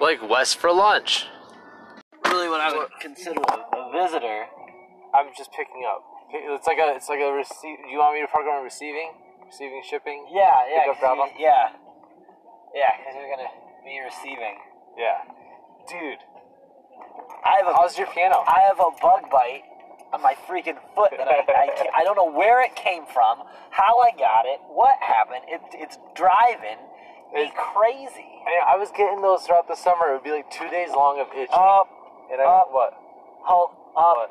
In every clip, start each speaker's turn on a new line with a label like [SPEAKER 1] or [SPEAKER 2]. [SPEAKER 1] like West for lunch.
[SPEAKER 2] Really, what I would consider a, a visitor, I'm just picking up. It's like a, it's like a receive. You want me to program receiving, receiving shipping?
[SPEAKER 3] Yeah, yeah,
[SPEAKER 2] Pick up
[SPEAKER 3] 'cause
[SPEAKER 2] drop
[SPEAKER 3] you-
[SPEAKER 2] off?
[SPEAKER 3] yeah, yeah, because you're gonna be receiving.
[SPEAKER 2] Yeah. Dude,
[SPEAKER 3] I have a
[SPEAKER 2] how's your piano?
[SPEAKER 3] I have a bug bite on my freaking foot that I, I, can't- I don't know where it came from, how I got it, what happened. It, it's driving me
[SPEAKER 2] It-
[SPEAKER 3] crazy.
[SPEAKER 2] Man, I was getting those throughout the summer. It would be like two days long of itch.
[SPEAKER 3] Up,
[SPEAKER 2] and I
[SPEAKER 3] up.
[SPEAKER 2] what?
[SPEAKER 3] hold up,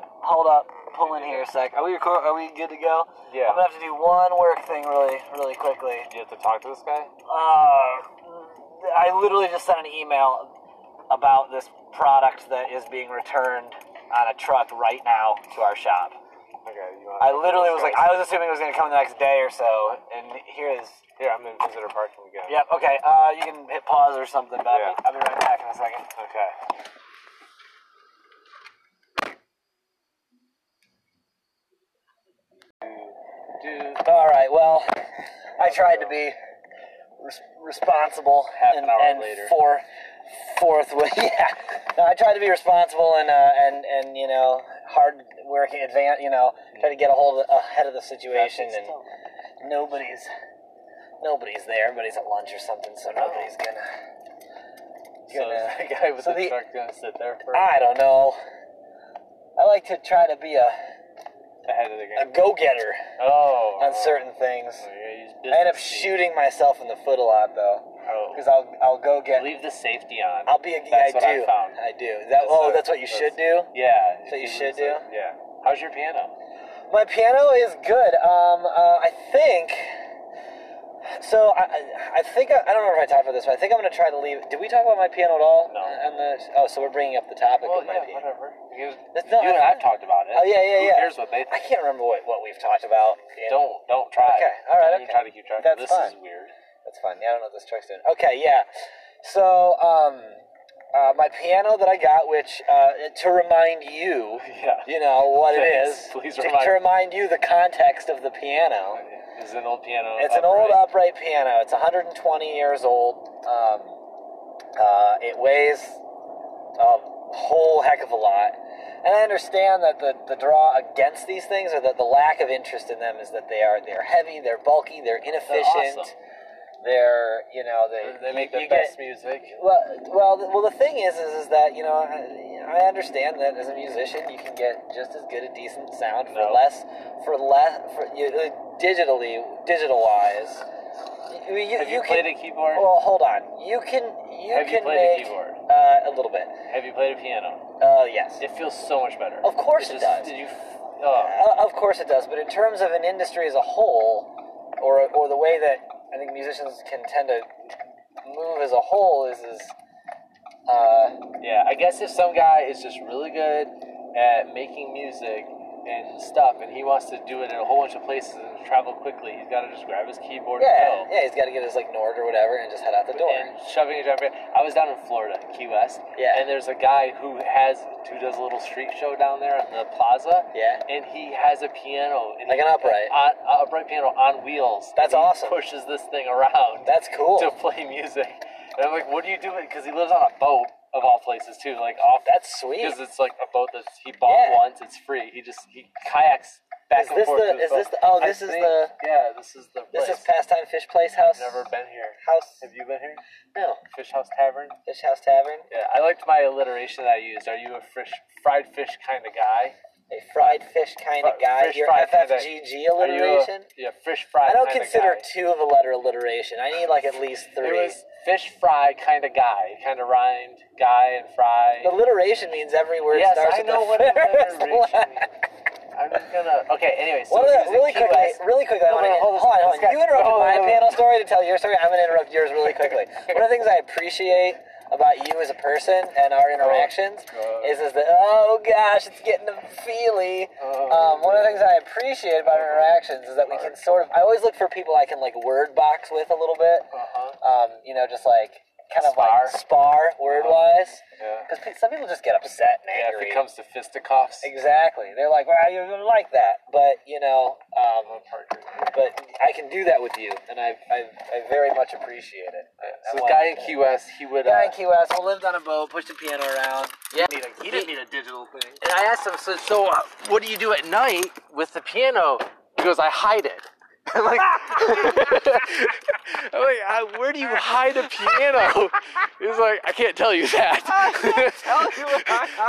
[SPEAKER 2] What?
[SPEAKER 3] hold up, pull in here a sec. Are we record? Are we good to go?
[SPEAKER 2] Yeah.
[SPEAKER 3] I'm gonna have to do one work thing really, really quickly.
[SPEAKER 2] You have to talk to this guy.
[SPEAKER 3] Uh, I literally just sent an email about this product that is being returned on a truck right now to our shop.
[SPEAKER 2] Okay, you want?
[SPEAKER 3] I literally was like, I was assuming it was gonna come the next day or so, and here is.
[SPEAKER 2] Here, I'm in visitor parking again.
[SPEAKER 3] Yep. Okay. Uh, you can hit pause or something, but I'll, be,
[SPEAKER 2] Yeah.
[SPEAKER 3] I'll be right back in a second.
[SPEAKER 2] Okay.
[SPEAKER 3] All right. Well, I tried to be res- responsible
[SPEAKER 2] Half an
[SPEAKER 3] and,
[SPEAKER 2] hour
[SPEAKER 3] and
[SPEAKER 2] later.
[SPEAKER 3] for forthwith. Yeah. No, I tried to be responsible and uh, and and you know hard working advance. You know, try to get a hold of, ahead of the situation and nobody's nobody's there. Everybody's at lunch or something, so nobody's gonna.
[SPEAKER 2] So
[SPEAKER 3] gonna-
[SPEAKER 2] is that guy with
[SPEAKER 3] so
[SPEAKER 2] the,
[SPEAKER 3] the- Ah,
[SPEAKER 2] truck gonna sit there for
[SPEAKER 3] I don't know. I like to try to be a,
[SPEAKER 2] ahead of the
[SPEAKER 3] a
[SPEAKER 2] game?
[SPEAKER 3] go getter
[SPEAKER 2] Oh.
[SPEAKER 3] on certain things.
[SPEAKER 2] Oh, yeah, he's
[SPEAKER 3] I end up
[SPEAKER 2] businessy.
[SPEAKER 3] shooting myself in the foot a lot though,
[SPEAKER 2] Oh.
[SPEAKER 3] because I'll I'll go get.
[SPEAKER 2] Leave the safety on.
[SPEAKER 3] I'll be a yeah,
[SPEAKER 2] That's
[SPEAKER 3] I
[SPEAKER 2] what I
[SPEAKER 3] do.
[SPEAKER 2] found.
[SPEAKER 3] I do. That, oh,
[SPEAKER 2] how-
[SPEAKER 3] that's what you should do.
[SPEAKER 2] Yeah.
[SPEAKER 3] So you
[SPEAKER 2] if
[SPEAKER 3] should
[SPEAKER 2] lose it, Yeah. How's your piano?
[SPEAKER 3] My piano is good. Um, uh, I think. So I, I- I think I, I don't remember if I talked about this, but I think I'm gonna try to leave. Did we talk about my piano at all?
[SPEAKER 2] No.
[SPEAKER 3] On the, oh, so we're bringing up the topic of my piano.
[SPEAKER 2] whatever. You,
[SPEAKER 3] That's not-
[SPEAKER 2] you and I've talked about it.
[SPEAKER 3] Oh yeah, yeah,
[SPEAKER 2] Who
[SPEAKER 3] yeah.
[SPEAKER 2] cares what they
[SPEAKER 3] I
[SPEAKER 2] think?
[SPEAKER 3] can't remember what, what we've talked about. in-
[SPEAKER 2] Don't don't try.
[SPEAKER 3] Okay, all right,
[SPEAKER 2] Don't even
[SPEAKER 3] okay.
[SPEAKER 2] try to keep track.
[SPEAKER 3] That's
[SPEAKER 2] this is
[SPEAKER 3] fine.
[SPEAKER 2] weird.
[SPEAKER 3] That's fine. Yeah, I don't know what this truck's doing. Okay, yeah. So, um, uh, my piano that I got, which uh, to remind you,
[SPEAKER 2] Yeah.
[SPEAKER 3] you know what
[SPEAKER 2] Thanks.
[SPEAKER 3] it is.
[SPEAKER 2] Please
[SPEAKER 3] to,
[SPEAKER 2] remind-
[SPEAKER 3] to remind you the context of the piano.
[SPEAKER 2] It's an old piano.
[SPEAKER 3] It's an old
[SPEAKER 2] upright.
[SPEAKER 3] upright piano. It's 120 years old. Um, uh, it weighs a whole heck of a lot. And I understand that the, the draw against these things, or that the lack of interest in them, is that they are they're heavy, they're bulky, they're
[SPEAKER 2] awesome.
[SPEAKER 3] inefficient. They're you know they
[SPEAKER 2] They make
[SPEAKER 3] you-
[SPEAKER 2] the
[SPEAKER 3] you
[SPEAKER 2] best
[SPEAKER 3] get-
[SPEAKER 2] music.
[SPEAKER 3] well, well, th- well. The thing is, is, is that you know, I, I understand that as a musician, you can get just as good a decent sound for
[SPEAKER 2] No.
[SPEAKER 3] less, for less, for you, uh, digitally, digital wise. You, you,
[SPEAKER 2] Have you,
[SPEAKER 3] can-
[SPEAKER 2] played a keyboard?
[SPEAKER 3] Well, hold on. You can, you
[SPEAKER 2] Have you
[SPEAKER 3] can
[SPEAKER 2] played a
[SPEAKER 3] make
[SPEAKER 2] keyboard?
[SPEAKER 3] Uh, a little bit.
[SPEAKER 2] Have you played a piano?
[SPEAKER 3] Uh, yes.
[SPEAKER 2] It feels so much better.
[SPEAKER 3] Of course it
[SPEAKER 2] just,
[SPEAKER 3] does.
[SPEAKER 2] Did you? f- Oh,
[SPEAKER 3] Uh, of course it does, but in terms of an industry as a whole, or or the way that I think musicians can tend to move as a whole is is. Uh,
[SPEAKER 2] yeah. I guess if some guy is just really good at making music and stuff, and he wants to do it in a whole bunch of places and travel quickly, he's got to just grab his keyboard
[SPEAKER 3] Yeah,
[SPEAKER 2] and go.
[SPEAKER 3] yeah, he's got to get his like Nord or whatever and just head out the door.
[SPEAKER 2] And shoving it down. I was down in Florida, Key West.
[SPEAKER 3] Yeah.
[SPEAKER 2] And there's a guy who has who does a little street show down there on the plaza.
[SPEAKER 3] Yeah.
[SPEAKER 2] And he has a piano, and he-
[SPEAKER 3] Like an upright.
[SPEAKER 2] on, a upright piano on wheels.
[SPEAKER 3] That's
[SPEAKER 2] And he
[SPEAKER 3] awesome.
[SPEAKER 2] Pushes this thing around.
[SPEAKER 3] That's cool.
[SPEAKER 2] to play music. And I'm like, what do you do? Because he lives on a boat of all places too. Like off
[SPEAKER 3] That's sweet.
[SPEAKER 2] because it's like a boat that he bought
[SPEAKER 3] Yeah.
[SPEAKER 2] once. It's free. He just he kayaks back
[SPEAKER 3] Is
[SPEAKER 2] and
[SPEAKER 3] this
[SPEAKER 2] forth.
[SPEAKER 3] the-
[SPEAKER 2] to his
[SPEAKER 3] is this
[SPEAKER 2] boat.
[SPEAKER 3] the- oh,
[SPEAKER 2] I
[SPEAKER 3] this is
[SPEAKER 2] think-
[SPEAKER 3] the-
[SPEAKER 2] yeah. This is the
[SPEAKER 3] This
[SPEAKER 2] place.
[SPEAKER 3] is Pastime Fish Place House.
[SPEAKER 2] Never been here.
[SPEAKER 3] House.
[SPEAKER 2] Have you been here?
[SPEAKER 3] No,
[SPEAKER 2] Fish House Tavern.
[SPEAKER 3] Fish House Tavern.
[SPEAKER 2] Yeah, I liked my alliteration that I used. Are you a fish, fried fish kind of guy?
[SPEAKER 3] A fried fish kind of
[SPEAKER 2] Fri-
[SPEAKER 3] guy.
[SPEAKER 2] fish
[SPEAKER 3] Your
[SPEAKER 2] fried kinda-
[SPEAKER 3] FFGG
[SPEAKER 2] Are you a-
[SPEAKER 3] alliteration.
[SPEAKER 2] yeah, fish fried.
[SPEAKER 3] I don't
[SPEAKER 2] kinda
[SPEAKER 3] consider
[SPEAKER 2] guy.
[SPEAKER 3] two of a letter alliteration. I need like at least three.
[SPEAKER 2] It was fish fry kind of guy, kind of rhymed guy and fry.
[SPEAKER 3] alliteration means every word
[SPEAKER 2] yes,
[SPEAKER 3] starts
[SPEAKER 2] I
[SPEAKER 3] with
[SPEAKER 2] know
[SPEAKER 3] the
[SPEAKER 2] what
[SPEAKER 3] first
[SPEAKER 2] alliteration
[SPEAKER 3] letter.
[SPEAKER 2] means. I'm just gonna. Okay. Anyway, so
[SPEAKER 3] One
[SPEAKER 2] he
[SPEAKER 3] of
[SPEAKER 2] was
[SPEAKER 3] the,
[SPEAKER 2] in
[SPEAKER 3] really
[SPEAKER 2] Key
[SPEAKER 3] quickly,
[SPEAKER 2] West.
[SPEAKER 3] really quickly, I
[SPEAKER 2] Hold
[SPEAKER 3] want to,
[SPEAKER 2] on, hold
[SPEAKER 3] hold
[SPEAKER 2] on,
[SPEAKER 3] on, hold on.
[SPEAKER 2] this guy-
[SPEAKER 3] You interrupted
[SPEAKER 2] hold on,
[SPEAKER 3] my
[SPEAKER 2] hold on.
[SPEAKER 3] panel story to tell your story. I'm going to interrupt yours really quickly. One of the things I appreciate about you as a person and our interactions
[SPEAKER 2] Oh, God.
[SPEAKER 3] is, is that, oh gosh, it's getting feely.
[SPEAKER 2] Oh,
[SPEAKER 3] Um, one of the things I appreciate about our interactions is that we can sort of, I always look for people I can like word box with a little bit.
[SPEAKER 2] Uh-huh.
[SPEAKER 3] Um, you know, just like, kind of
[SPEAKER 2] Spar.
[SPEAKER 3] like spar word wise.
[SPEAKER 2] Yeah.
[SPEAKER 3] Because some people just get upset and
[SPEAKER 2] Yeah,
[SPEAKER 3] angry.
[SPEAKER 2] if it comes to fisticuffs.
[SPEAKER 3] exactly. They're like, well, you're gonna like that, but you know, um, but I can do that with you, and I I, I very much appreciate it.
[SPEAKER 2] So the guy in Key West, he would. Uh,
[SPEAKER 3] guy in Key West, who lived on a boat, pushed the piano around.
[SPEAKER 2] yeah,
[SPEAKER 3] he didn't
[SPEAKER 2] need a digital thing. And I asked him, so, so uh, what do you do at night with the piano? He goes, I hide it. I'm like, I'm like "Uh, where do you hide a piano? He's like, I can't tell you that. I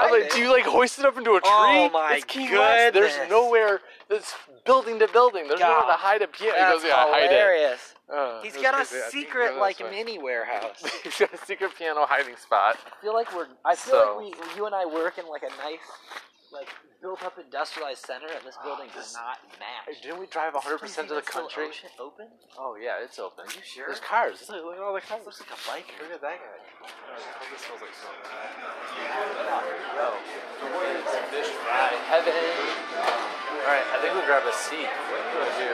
[SPEAKER 2] am like, do you like hoist it up into a tree?
[SPEAKER 3] Oh my
[SPEAKER 2] it's Key West.
[SPEAKER 3] goodness.
[SPEAKER 2] There's nowhere. It's building to building. There's
[SPEAKER 3] God,
[SPEAKER 2] nowhere to hide a piano. He
[SPEAKER 3] That's
[SPEAKER 2] goes, yeah, I hide it.
[SPEAKER 3] hilarious.
[SPEAKER 2] Uh,
[SPEAKER 3] He's
[SPEAKER 2] it was
[SPEAKER 3] got a
[SPEAKER 2] crazy. I think he
[SPEAKER 3] secret
[SPEAKER 2] goes
[SPEAKER 3] like
[SPEAKER 2] this way.
[SPEAKER 3] mini warehouse.
[SPEAKER 2] He's got a secret piano hiding spot.
[SPEAKER 3] I feel like we're. I feel
[SPEAKER 2] So-
[SPEAKER 3] like we, you and I work in like a nice, like built up industrialized center, and this building does not match.
[SPEAKER 2] Didn't we drive 100% of the
[SPEAKER 3] Still
[SPEAKER 2] country?
[SPEAKER 3] ocean- open?
[SPEAKER 2] Oh yeah, it's open. Are you
[SPEAKER 3] sure?
[SPEAKER 2] There's cars. It's like, look at all the cars.
[SPEAKER 3] Looks like a bike.
[SPEAKER 2] Look at that guy. This smells like smoke. Heaven. All right, I think we'll grab a seat. What do you want to do?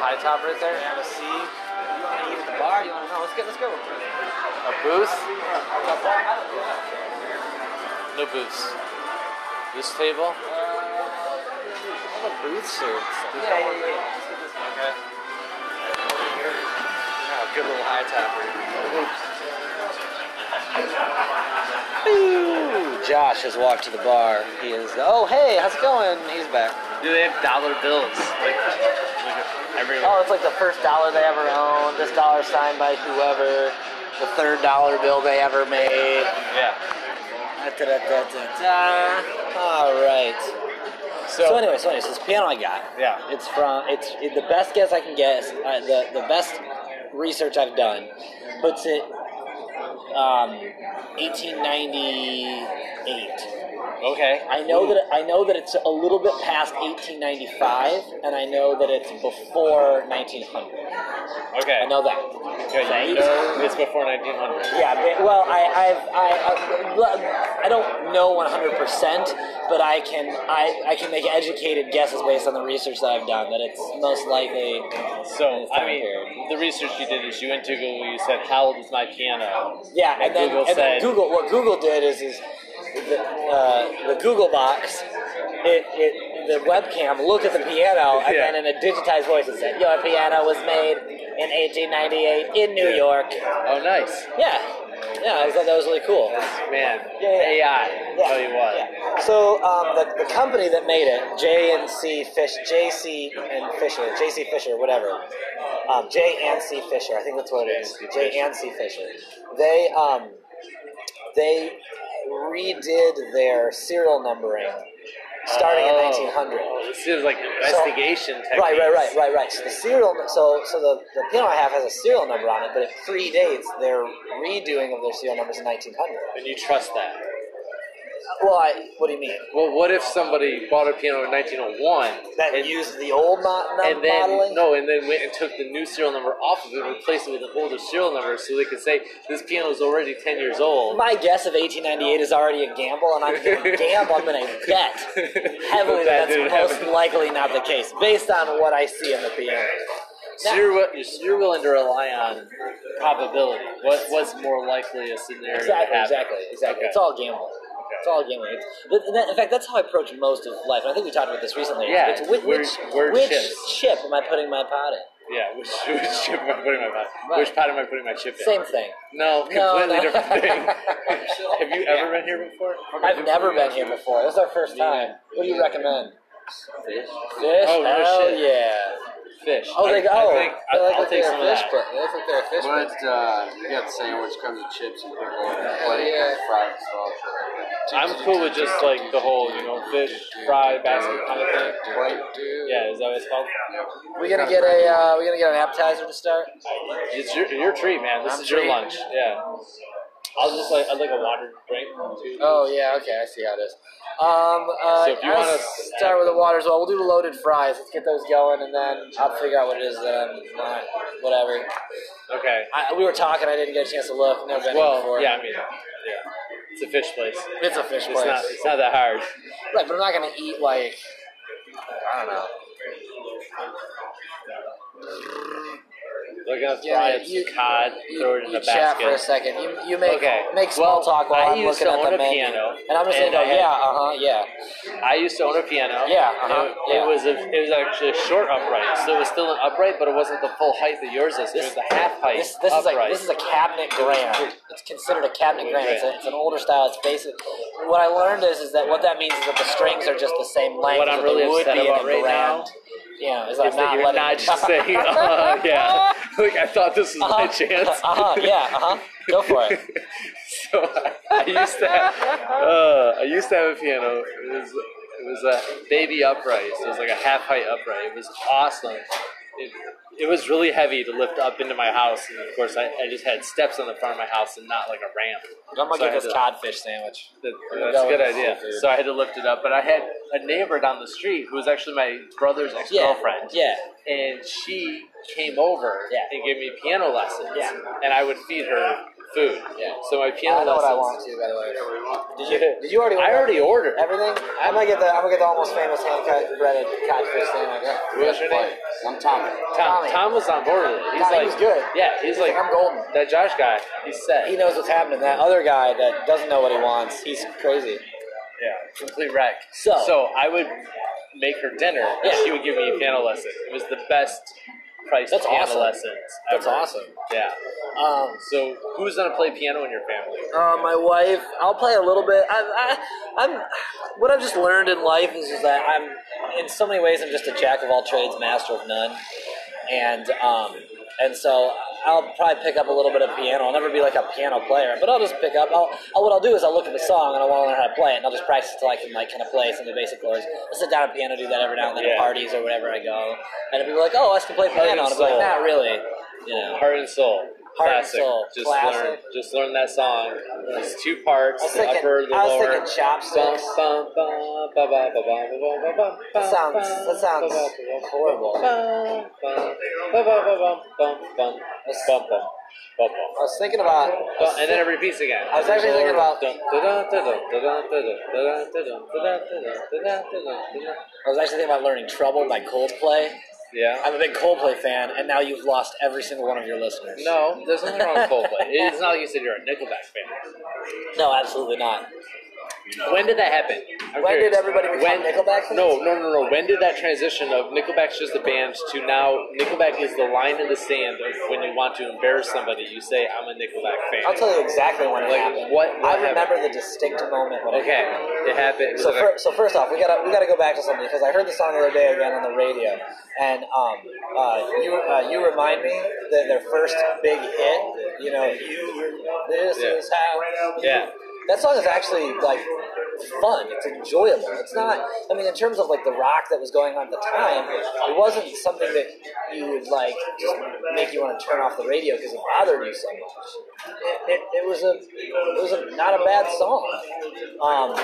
[SPEAKER 2] A high top right there. Grab a seat.
[SPEAKER 3] You at the bar? You want to know? Let's get. Let's go.
[SPEAKER 2] A booth. No booths. This table. All the booths are.
[SPEAKER 3] Yeah, yeah, yeah.
[SPEAKER 2] Okay. Yeah, good little high tapper.
[SPEAKER 3] Ooh, Josh has walked to the bar. He is. Oh, hey, how's it going? He's back.
[SPEAKER 2] Do they have dollar bills? Like, like everywhere.
[SPEAKER 3] Oh, it's like the first dollar they ever owned. This dollar signed by whoever. The third dollar bill they ever made.
[SPEAKER 2] Yeah.
[SPEAKER 3] Da, da, da, da, da, da. All right.
[SPEAKER 2] So,
[SPEAKER 3] So anyway, so anyway, so this piano I got.
[SPEAKER 2] Yeah.
[SPEAKER 3] It's from it's it, the best guess I can guess. Uh, the the best research I've done puts it um, 1898.
[SPEAKER 2] okay.
[SPEAKER 3] I know that I know that it's a little bit past 1895, and I know that it's before 1900.
[SPEAKER 2] Okay.
[SPEAKER 3] I know that.
[SPEAKER 2] Yeah, you know it's before 1900.
[SPEAKER 3] Yeah, ba- well, I, I've, I, I, I don't know 100, percent but I can, I, I can make educated guesses based on the research that I've done that it's most likely.
[SPEAKER 2] So,
[SPEAKER 3] It's
[SPEAKER 2] I
[SPEAKER 3] time
[SPEAKER 2] mean,
[SPEAKER 3] period.
[SPEAKER 2] the research you did is you went to Google, you said, How old is my piano?
[SPEAKER 3] Yeah, and then,
[SPEAKER 2] Google
[SPEAKER 3] and then
[SPEAKER 2] said-
[SPEAKER 3] Google. What Google did is, is the, uh, the Google box. It, it, the webcam looked at the piano, and
[SPEAKER 2] Yeah.
[SPEAKER 3] then in a digitized voice it said, "Your piano was made in 1898 in New York."
[SPEAKER 2] Oh, nice.
[SPEAKER 3] Yeah, yeah, I thought that was really cool.
[SPEAKER 2] Man,
[SPEAKER 3] Yeah, yeah.
[SPEAKER 2] AI. Tell you what.
[SPEAKER 3] Yeah. So um, the, the company that made it, J and C Fish, JC and Fisher, JC Fisher, whatever, um, J and C Fisher, I think that's what it is.
[SPEAKER 2] J&C
[SPEAKER 3] J and C Fisher. They um, they redid their serial numbering starting
[SPEAKER 2] Oh.
[SPEAKER 3] in 1900.
[SPEAKER 2] Well, This is like investigation technique.
[SPEAKER 3] Right, right, right, right, right. So the serial, so so the, the piano I have has a serial number on it, but it predates their redoing of their serial numbers in 1900.
[SPEAKER 2] And you trust that.
[SPEAKER 3] Well, I, what do you mean?
[SPEAKER 2] Well, what if somebody bought a piano in 1901
[SPEAKER 3] That used the old mo- num-
[SPEAKER 2] and then
[SPEAKER 3] modeling?
[SPEAKER 2] no, and then went and took the new serial number off of it and replaced it with an older serial number, so they could say this piano is already 10 years old.
[SPEAKER 3] My guess of 1898 is already a gamble, and I'm going to gamble. I'm going to bet heavily
[SPEAKER 2] That
[SPEAKER 3] that
[SPEAKER 2] didn't
[SPEAKER 3] that's most
[SPEAKER 2] happen.
[SPEAKER 3] likely not the case, based on what I see in the piano.
[SPEAKER 2] So you're, wi- so you're willing to rely on probability. What what's more likely a scenario? to
[SPEAKER 3] Exactly,
[SPEAKER 2] happen.
[SPEAKER 3] exactly, exactly.
[SPEAKER 2] Okay.
[SPEAKER 3] It's all gambling. It's all gambling. It's, but- and that, in fact, that's how I approach most of life. And I think we talked about this recently.
[SPEAKER 2] Yeah,
[SPEAKER 3] It's which,
[SPEAKER 2] where-
[SPEAKER 3] which,
[SPEAKER 2] where
[SPEAKER 3] which
[SPEAKER 2] chips.
[SPEAKER 3] chip am I putting my pot in?
[SPEAKER 2] Yeah. Which, which chip am I putting my pot?
[SPEAKER 3] Right.
[SPEAKER 2] Which pot am I putting my chip in?
[SPEAKER 3] Same thing.
[SPEAKER 2] No,
[SPEAKER 3] No,
[SPEAKER 2] completely
[SPEAKER 3] no.
[SPEAKER 2] different thing. Have you ever been here before?
[SPEAKER 3] I've never been here before. This is our first time. What do you recommend?
[SPEAKER 2] Fish.
[SPEAKER 3] Fish?
[SPEAKER 2] Oh, no
[SPEAKER 3] Hell
[SPEAKER 2] shit.
[SPEAKER 3] yeah.
[SPEAKER 2] Fish.
[SPEAKER 3] Oh, they
[SPEAKER 2] I,
[SPEAKER 3] go.
[SPEAKER 2] I think,
[SPEAKER 3] they look
[SPEAKER 2] I'll
[SPEAKER 3] like
[SPEAKER 2] take
[SPEAKER 3] they're
[SPEAKER 2] some
[SPEAKER 3] fish
[SPEAKER 2] of that.
[SPEAKER 3] pla- They look like they're a fish.
[SPEAKER 4] But uh, you got sandwich comes with chips and pickle and plate and fried sauce.
[SPEAKER 2] I'm cool with just like the whole, you know, fish fry basket kind of thing.
[SPEAKER 4] Plate, dude.
[SPEAKER 2] Yeah, is that what it's called?
[SPEAKER 3] We're gonna get a uh, we're gonna get an appetizer to start.
[SPEAKER 2] It's your, your treat, man. This
[SPEAKER 3] I'm
[SPEAKER 2] is your
[SPEAKER 3] treating.
[SPEAKER 2] lunch. Yeah. I'll just like I'd like a water drink too.
[SPEAKER 3] Oh yeah, okay, I see how it is. Um, uh,
[SPEAKER 2] So if you
[SPEAKER 3] I'll
[SPEAKER 2] wanna-
[SPEAKER 3] start with the water as well. We'll do the loaded fries. Let's get those going, and then I'll figure out what it is. Then uh, whatever.
[SPEAKER 2] Okay.
[SPEAKER 3] I, we were talking. I didn't get a chance to look. Never been here
[SPEAKER 2] Well,
[SPEAKER 3] before.
[SPEAKER 2] yeah, I mean, yeah. It's a fish place.
[SPEAKER 3] it's a fish
[SPEAKER 2] It's
[SPEAKER 3] place.
[SPEAKER 2] not. It's not that hard.
[SPEAKER 3] Right, but I'm not gonna eat like I don't know.
[SPEAKER 5] They're gonna
[SPEAKER 3] Yeah,
[SPEAKER 5] fry up
[SPEAKER 3] you-
[SPEAKER 5] some cod,
[SPEAKER 3] You,
[SPEAKER 5] throw it in
[SPEAKER 3] you
[SPEAKER 5] the
[SPEAKER 3] chat for a
[SPEAKER 5] basket.
[SPEAKER 3] second. You, you make
[SPEAKER 5] Okay.
[SPEAKER 3] make small
[SPEAKER 5] Well,
[SPEAKER 3] talk while
[SPEAKER 5] I
[SPEAKER 3] am
[SPEAKER 5] used
[SPEAKER 3] looking
[SPEAKER 5] to
[SPEAKER 3] at the
[SPEAKER 5] own a
[SPEAKER 3] menu,
[SPEAKER 5] piano,
[SPEAKER 3] and I'm just
[SPEAKER 5] and
[SPEAKER 3] like,
[SPEAKER 5] I had-
[SPEAKER 3] yeah, uh huh, yeah.
[SPEAKER 5] I used to own a piano.
[SPEAKER 3] Yeah,
[SPEAKER 5] and
[SPEAKER 3] uh-huh,
[SPEAKER 5] it,
[SPEAKER 3] yeah.
[SPEAKER 5] it was a, it was actually a short upright, so it was still an upright, but it wasn't the full height that yours is. It was the half height
[SPEAKER 3] This, this is
[SPEAKER 5] upright.
[SPEAKER 3] like this is a cabinet gram. It's considered a cabinet gram. It's, a, it's an older style. It's basic. What I learned is is that what that means is that the strings are just the same length.
[SPEAKER 5] What
[SPEAKER 3] as they
[SPEAKER 5] I'm really
[SPEAKER 3] would
[SPEAKER 5] upset
[SPEAKER 3] be in a
[SPEAKER 5] about right
[SPEAKER 3] grand.
[SPEAKER 5] now
[SPEAKER 3] Yeah, is
[SPEAKER 5] is
[SPEAKER 3] that
[SPEAKER 5] that
[SPEAKER 3] not
[SPEAKER 5] you're
[SPEAKER 3] letting
[SPEAKER 5] not just saying, uh, yeah. Uh-huh. Like I thought this was my chance.
[SPEAKER 3] Uh huh. Yeah. Uh huh. Go for it.
[SPEAKER 5] so I used to have, uh, I used to have a piano. It was it was a baby upright, so it was like a half height upright. It was awesome. It, it was really heavy to lift up into my house, and of course I, I just had steps on the front of my house and not like a ramp.
[SPEAKER 3] I'm gonna
[SPEAKER 5] So I
[SPEAKER 3] get
[SPEAKER 5] had
[SPEAKER 3] this
[SPEAKER 5] to-
[SPEAKER 3] codfish sandwich.
[SPEAKER 5] that-
[SPEAKER 3] We're
[SPEAKER 5] that's a
[SPEAKER 3] going
[SPEAKER 5] good
[SPEAKER 3] with
[SPEAKER 5] idea.
[SPEAKER 3] seafood.
[SPEAKER 5] So I had to lift it up, but I had a neighbor down the street who was actually my brother's ex girlfriend
[SPEAKER 3] Yeah.
[SPEAKER 5] and she came over
[SPEAKER 3] Yeah.
[SPEAKER 5] and gave me piano lessons.
[SPEAKER 3] Yeah.
[SPEAKER 5] And I would feed her food.
[SPEAKER 3] Yeah.
[SPEAKER 5] So my
[SPEAKER 3] yeah.
[SPEAKER 5] piano
[SPEAKER 3] I know what I
[SPEAKER 5] lessons.
[SPEAKER 3] want to, by the way. Did you? Did you already?
[SPEAKER 5] I
[SPEAKER 3] order
[SPEAKER 5] already ordered.
[SPEAKER 3] everything. I'm gonna get the. I'm gonna get the almost famous hand cut breaded codfish sandwich.
[SPEAKER 5] What's your name?
[SPEAKER 4] I'm Tommy.
[SPEAKER 5] Tom.
[SPEAKER 3] Tommy.
[SPEAKER 5] Tom was on board with it. He's
[SPEAKER 3] Tommy
[SPEAKER 5] like,
[SPEAKER 3] was good.
[SPEAKER 5] Yeah, he's, like,
[SPEAKER 3] I'm golden.
[SPEAKER 5] That Josh guy, he's set.
[SPEAKER 3] He knows what's happening. That other guy that doesn't know what he wants, he's crazy.
[SPEAKER 5] yeah, complete wreck.
[SPEAKER 3] So-
[SPEAKER 5] so I would make her dinner. and
[SPEAKER 3] Yeah.
[SPEAKER 5] She would give me a piano lesson. It was the best price
[SPEAKER 3] That's
[SPEAKER 5] piano
[SPEAKER 3] awesome.
[SPEAKER 5] lessons.
[SPEAKER 3] That's
[SPEAKER 5] ever.
[SPEAKER 3] awesome.
[SPEAKER 5] Yeah.
[SPEAKER 3] Um,
[SPEAKER 5] So who's gonna play piano in your family?
[SPEAKER 3] Uh, my wife. I'll play a little bit. I, I, I'm. What I've just learned in life is, is that I'm. In so many ways, I'm just a jack of all trades, master of none. And um, and so I'll probably pick up a little bit of piano. I'll never be like a piano player, but I'll just pick up. I'll, I'll what I'll do is I'll look at the song and I want to learn how to play it, and I'll just practice till I can like kind of play some of the basic chords. I'll sit down at piano, do that every now and then
[SPEAKER 5] Yeah.
[SPEAKER 3] at parties or wherever I go. And people are like, "Oh, I can play
[SPEAKER 5] Heart
[SPEAKER 3] piano," and I'm
[SPEAKER 5] and
[SPEAKER 3] like,
[SPEAKER 5] soul.
[SPEAKER 3] "Not really." You know.
[SPEAKER 5] Heart and Soul.
[SPEAKER 3] Heart and
[SPEAKER 5] classic.
[SPEAKER 3] Soul,
[SPEAKER 5] Just
[SPEAKER 3] classic.
[SPEAKER 5] learn just learn that song. It's two parts,
[SPEAKER 3] I was
[SPEAKER 5] the
[SPEAKER 3] thinking-
[SPEAKER 5] upper, the
[SPEAKER 3] I was
[SPEAKER 5] lower.
[SPEAKER 3] thinking chopsticks.
[SPEAKER 5] Bum, bum, bum, ba, ba, ba, ba, ba, ba, ba, ba,
[SPEAKER 3] That sounds.
[SPEAKER 5] bum,
[SPEAKER 3] That sounds
[SPEAKER 5] ba, ba, ba,
[SPEAKER 3] horrible.
[SPEAKER 5] bum, bum, ba, ba, ba, bum, bum, bum, bum, bum, bum,
[SPEAKER 3] I was thinking about.
[SPEAKER 5] bum. And then it repeats again.
[SPEAKER 3] I was actually thinking about- I was actually thinking about learning "Trouble" by Coldplay.
[SPEAKER 5] Yeah.
[SPEAKER 3] I'm a big Coldplay fan, and now you've lost every single one of your listeners.
[SPEAKER 5] No, there's nothing wrong with Coldplay. It's not like you said you're a Nickelback fan.
[SPEAKER 3] no, absolutely not.
[SPEAKER 5] When did that happen? I'm
[SPEAKER 3] When
[SPEAKER 5] curious.
[SPEAKER 3] did everybody become Nickelback fans?
[SPEAKER 5] No, no, no, no. When did that transition of Nickelback's just a band to now Nickelback is the line in the sand of when you want to embarrass somebody, you say I'm a Nickelback fan.
[SPEAKER 3] I'll tell you exactly when it
[SPEAKER 5] Like,
[SPEAKER 3] happened.
[SPEAKER 5] what- what
[SPEAKER 3] I remember
[SPEAKER 5] happened?
[SPEAKER 3] the distinct moment when it
[SPEAKER 5] Okay, it happened. It was
[SPEAKER 3] So,
[SPEAKER 5] like-
[SPEAKER 3] fir- so first off, we gotta we gotta go back to something because I heard the song the other day again on the radio, and um, uh, you uh, you remind me that their first big hit, you know, this
[SPEAKER 5] Yeah.
[SPEAKER 3] is how.
[SPEAKER 5] Yeah.
[SPEAKER 3] That song is actually like fun. It's enjoyable. It's not. I mean, in terms of like the rock that was going on at the time, it wasn't something that you would like just make you want to turn off the radio because it bothered you so much. It, it, it was a it was a, not a bad song. Um,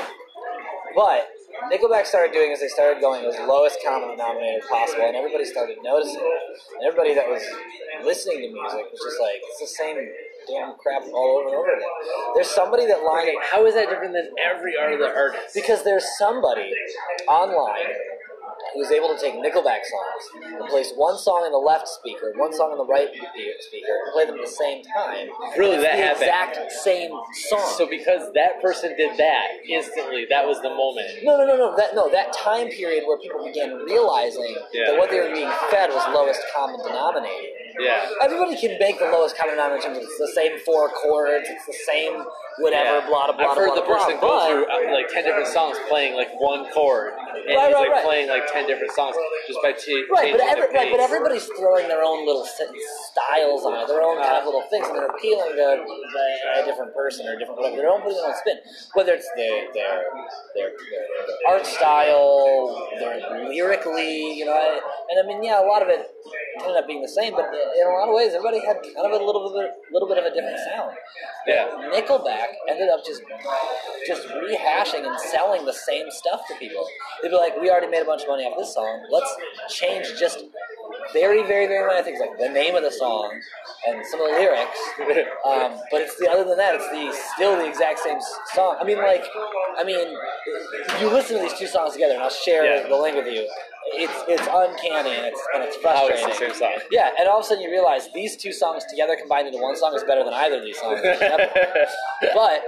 [SPEAKER 3] but Nickelback started doing is they started going as lowest common denominator possible, and everybody started noticing it. And everybody that was listening to music was just like, it's the same damn crap all over and over again. There's somebody that lined
[SPEAKER 5] how is that different than every other artist?
[SPEAKER 3] because there's somebody online who's able to take Nickelback songs and place one song in the left speaker, one song in the right speaker, and play them at the same time.
[SPEAKER 5] Really,
[SPEAKER 3] It's
[SPEAKER 5] that
[SPEAKER 3] the
[SPEAKER 5] happened.
[SPEAKER 3] exact same song.
[SPEAKER 5] So because that person did that instantly, that was the moment.
[SPEAKER 3] No, no, no, no. That no, that time period where people began realizing
[SPEAKER 5] Yeah.
[SPEAKER 3] that what they were being fed was lowest common denominator.
[SPEAKER 5] Yeah.
[SPEAKER 3] Everybody can make the lowest common denominator in terms of it's the same four chords, it's the same whatever,
[SPEAKER 5] Yeah.
[SPEAKER 3] blah, blah, blah,
[SPEAKER 5] I've heard
[SPEAKER 3] blah,
[SPEAKER 5] the
[SPEAKER 3] blah,
[SPEAKER 5] person
[SPEAKER 3] blah,
[SPEAKER 5] go
[SPEAKER 3] but-
[SPEAKER 5] through uh, like ten different songs playing like one chord,
[SPEAKER 3] Right,
[SPEAKER 5] and he's
[SPEAKER 3] right,
[SPEAKER 5] like
[SPEAKER 3] right.
[SPEAKER 5] playing like ten different songs just by t-
[SPEAKER 3] Right, but
[SPEAKER 5] changing
[SPEAKER 3] every,
[SPEAKER 5] the
[SPEAKER 3] right, but
[SPEAKER 5] pace.
[SPEAKER 3] everybody's throwing their own little s- styles on it, their own kind of little things, and they're appealing to a, a different person or a different whatever. They're all putting their own spin, whether it's their their their, their art style, their lyrically, you know. I- And I mean, yeah, a lot of it ended up being the same, but in a lot of ways, everybody had kind of a little bit little bit of a different sound.
[SPEAKER 5] Yeah.
[SPEAKER 3] Nickelback ended up just just rehashing and selling the same stuff to people. They'd be like, "We already made a bunch of money off this song. Let's change just very, very, very minor things like the name of the song and some of the lyrics." Um, but it's the other than that, it's the still the exact same s- song. I mean, like, I mean, you listen to these two songs together, and I'll share
[SPEAKER 5] Yeah.
[SPEAKER 3] the link with you. it's it's uncanny and it's and it's
[SPEAKER 5] Oh,
[SPEAKER 3] frustrating.
[SPEAKER 5] it's the same song.
[SPEAKER 3] Yeah, and all of a sudden you realize these two songs together combined into one song is better than either of these songs. but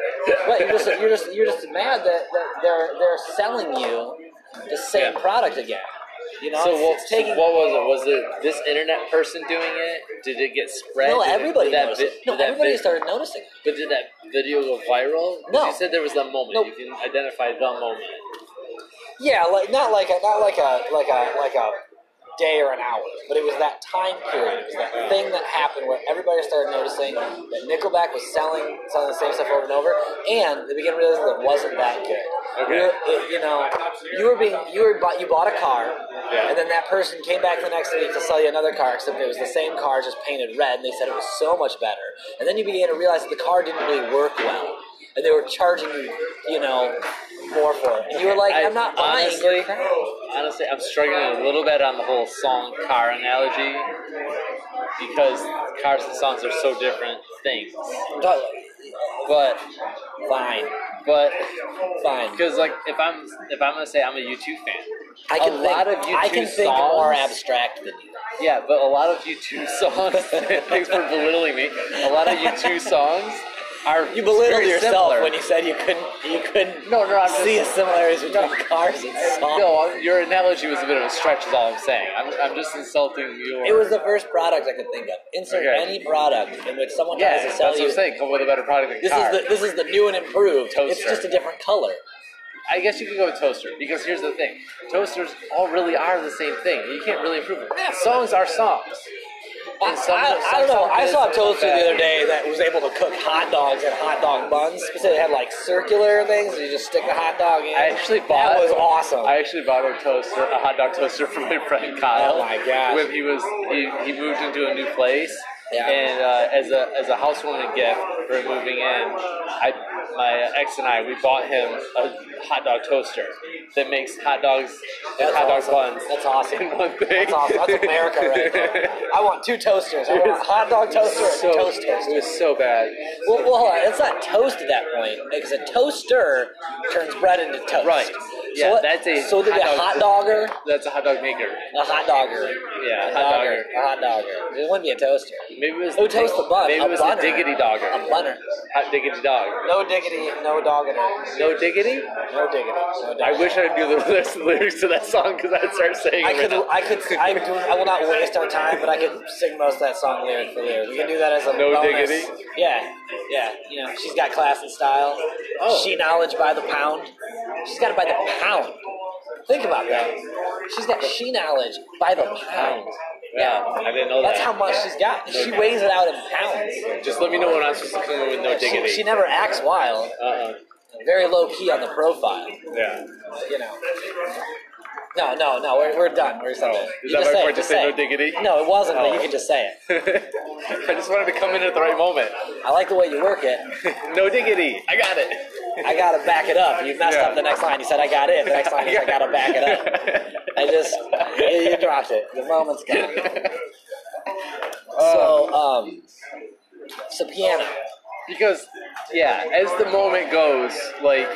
[SPEAKER 3] but you're just you're just you're just mad that, that they're they're selling you the same
[SPEAKER 5] Yeah.
[SPEAKER 3] product again. You know,
[SPEAKER 5] So
[SPEAKER 3] it's,
[SPEAKER 5] what,
[SPEAKER 3] it's taking
[SPEAKER 5] so what was it? Was it this internet person doing it? Did it get spread?
[SPEAKER 3] no
[SPEAKER 5] Did it-
[SPEAKER 3] everybody
[SPEAKER 5] did that
[SPEAKER 3] noticed.
[SPEAKER 5] vi-
[SPEAKER 3] it. no
[SPEAKER 5] did that
[SPEAKER 3] everybody
[SPEAKER 5] vi-
[SPEAKER 3] started noticing. it.
[SPEAKER 5] But did that video go viral? 'Cause
[SPEAKER 3] No.
[SPEAKER 5] You said there was a moment.
[SPEAKER 3] No.
[SPEAKER 5] You can identify the moment.
[SPEAKER 3] Yeah, like not like a not like a like a like a day or an hour, but it was that time period. It was that thing that happened where everybody started noticing that Nickelback was selling selling the same stuff over and over, and they began realizing that it wasn't that good.
[SPEAKER 5] Okay.
[SPEAKER 3] We were- it- you know, you were being you were bought, you bought a car,
[SPEAKER 5] Yeah.
[SPEAKER 3] and then that person came back the next week to sell you another car, except it was the same car just painted red, and they said it was so much better. And then you began to realize that the car didn't really work well, and they were charging you, you know, more for it. And you were like,
[SPEAKER 5] I-
[SPEAKER 3] I'm not buying. your
[SPEAKER 5] honestly,
[SPEAKER 3] crap."
[SPEAKER 5] honestly, I'm struggling a little bit on the whole song car analogy because cars and songs are so different things.
[SPEAKER 3] But-
[SPEAKER 5] But
[SPEAKER 3] Fine,
[SPEAKER 5] but
[SPEAKER 3] fine.
[SPEAKER 5] because like if I'm if I'm gonna say I'm a U2 fan,
[SPEAKER 3] I can
[SPEAKER 5] a
[SPEAKER 3] think,
[SPEAKER 5] lot of
[SPEAKER 3] I
[SPEAKER 5] U2
[SPEAKER 3] can think
[SPEAKER 5] songs-
[SPEAKER 3] more abstract than you.
[SPEAKER 5] Yeah, but a lot of U2 songs. thanks for belittling me. A lot of U2 songs are
[SPEAKER 3] You belittled
[SPEAKER 5] very
[SPEAKER 3] yourself
[SPEAKER 5] similar.
[SPEAKER 3] when you said you couldn't you couldn't
[SPEAKER 5] No, no, I'm just-
[SPEAKER 3] see the similarities between cars and songs.
[SPEAKER 5] No, I'm- your analogy was a bit of a stretch. Is all I'm saying. I'm, I'm just insulting your.
[SPEAKER 3] It was the first product I could think of. Insert
[SPEAKER 5] Okay.
[SPEAKER 3] any product in which someone
[SPEAKER 5] yeah.
[SPEAKER 3] tries to
[SPEAKER 5] That's
[SPEAKER 3] sell
[SPEAKER 5] what
[SPEAKER 3] you.
[SPEAKER 5] I'm saying. Come up with a better product than
[SPEAKER 3] This
[SPEAKER 5] car.
[SPEAKER 3] is the this is the new and improved. It's
[SPEAKER 5] Toaster.
[SPEAKER 3] just a different color.
[SPEAKER 5] I guess you could go with toaster because here's the thing: toasters all really are the same thing. You can't really improve them. Songs are songs.
[SPEAKER 3] I,
[SPEAKER 5] And some-
[SPEAKER 3] I, I don't
[SPEAKER 5] some
[SPEAKER 3] know. I
[SPEAKER 5] good,
[SPEAKER 3] saw a
[SPEAKER 5] some
[SPEAKER 3] toaster
[SPEAKER 5] bad.
[SPEAKER 3] the other day that was able to cook hot dogs and hot dog buns. They had like circular things. And you just stick the hot dog in.
[SPEAKER 5] I actually bought.
[SPEAKER 3] that was awesome.
[SPEAKER 5] I actually bought a toaster, a hot dog toaster, for my friend Kyle.
[SPEAKER 3] Oh my gosh.
[SPEAKER 5] When he was he, he moved into a new place,
[SPEAKER 3] Yeah.
[SPEAKER 5] and uh, as a as a housewarming gift for moving in, I my ex and I we bought him a hot dog toaster that makes hot dogs and
[SPEAKER 3] That's
[SPEAKER 5] hot dog
[SPEAKER 3] awesome.
[SPEAKER 5] buns.
[SPEAKER 3] That's awesome.
[SPEAKER 5] in one thing.
[SPEAKER 3] That's awesome. That's America right there. I want two toasters. I want a hot dog toaster and
[SPEAKER 5] So,
[SPEAKER 3] a toast
[SPEAKER 5] it
[SPEAKER 3] toaster.
[SPEAKER 5] was so bad.
[SPEAKER 3] Well, well, hold on. It's not toast at that point because a toaster turns bread into toast.
[SPEAKER 5] Right. Yeah,
[SPEAKER 3] so what-
[SPEAKER 5] that's a
[SPEAKER 3] so there'd be a hot
[SPEAKER 5] hot
[SPEAKER 3] dogger,
[SPEAKER 5] That's a hot dog maker.
[SPEAKER 3] a hot dogger,
[SPEAKER 5] Yeah,
[SPEAKER 3] a
[SPEAKER 5] hot
[SPEAKER 3] dogger,
[SPEAKER 5] dogger.
[SPEAKER 3] a hot dogger. It wouldn't be a toaster.
[SPEAKER 5] Maybe it was
[SPEAKER 3] Who toasts the bun? a
[SPEAKER 5] Maybe it was
[SPEAKER 3] bunner.
[SPEAKER 5] the diggity dogger.
[SPEAKER 3] A bunner.
[SPEAKER 5] Hot diggity dog.
[SPEAKER 3] No diggity, no dogger.
[SPEAKER 5] No diggity.
[SPEAKER 3] No diggity, no dogger.
[SPEAKER 5] I wish I knew the lyrics, lyrics to that song because I'd start saying
[SPEAKER 3] I could,
[SPEAKER 5] it. right now.
[SPEAKER 3] I could, I, do, I will not waste our time, but I could sing most of that song lyric for lyric. We can do that as a
[SPEAKER 5] No
[SPEAKER 3] bonus.
[SPEAKER 5] diggity?
[SPEAKER 3] Yeah, yeah. You know, she's got class and style.
[SPEAKER 5] Oh.
[SPEAKER 3] She knowledge by the pound. She's got it by the pound. Think about that. She's got she knowledge by the pound.
[SPEAKER 5] Yeah, I didn't know
[SPEAKER 3] That's
[SPEAKER 5] that.
[SPEAKER 3] how much she's got. She weighs it out in pounds.
[SPEAKER 5] Just let me know when I'm supposed to come in with no diggity.
[SPEAKER 3] She, she never acts wild.
[SPEAKER 5] uh-uh.
[SPEAKER 3] Very low key on the profile.
[SPEAKER 5] Yeah.
[SPEAKER 3] You know. No, no, no. We're, we're done. We're done.
[SPEAKER 5] Is
[SPEAKER 3] You
[SPEAKER 5] that
[SPEAKER 3] just
[SPEAKER 5] my
[SPEAKER 3] say it,
[SPEAKER 5] part to
[SPEAKER 3] just
[SPEAKER 5] say
[SPEAKER 3] say
[SPEAKER 5] no
[SPEAKER 3] it.
[SPEAKER 5] diggity?
[SPEAKER 3] No, it wasn't, but
[SPEAKER 5] Oh.
[SPEAKER 3] you can just say it.
[SPEAKER 5] I just wanted to come in at the right moment.
[SPEAKER 3] I like the way you work it.
[SPEAKER 5] no diggity. I got it.
[SPEAKER 3] I gotta back it up. You messed
[SPEAKER 5] Yeah.
[SPEAKER 3] up the next line. You said I got it. The next line you said I gotta back it up. I just you dropped it. The moment's gone. So um so piano.
[SPEAKER 5] Because, yeah, as the moment goes, like,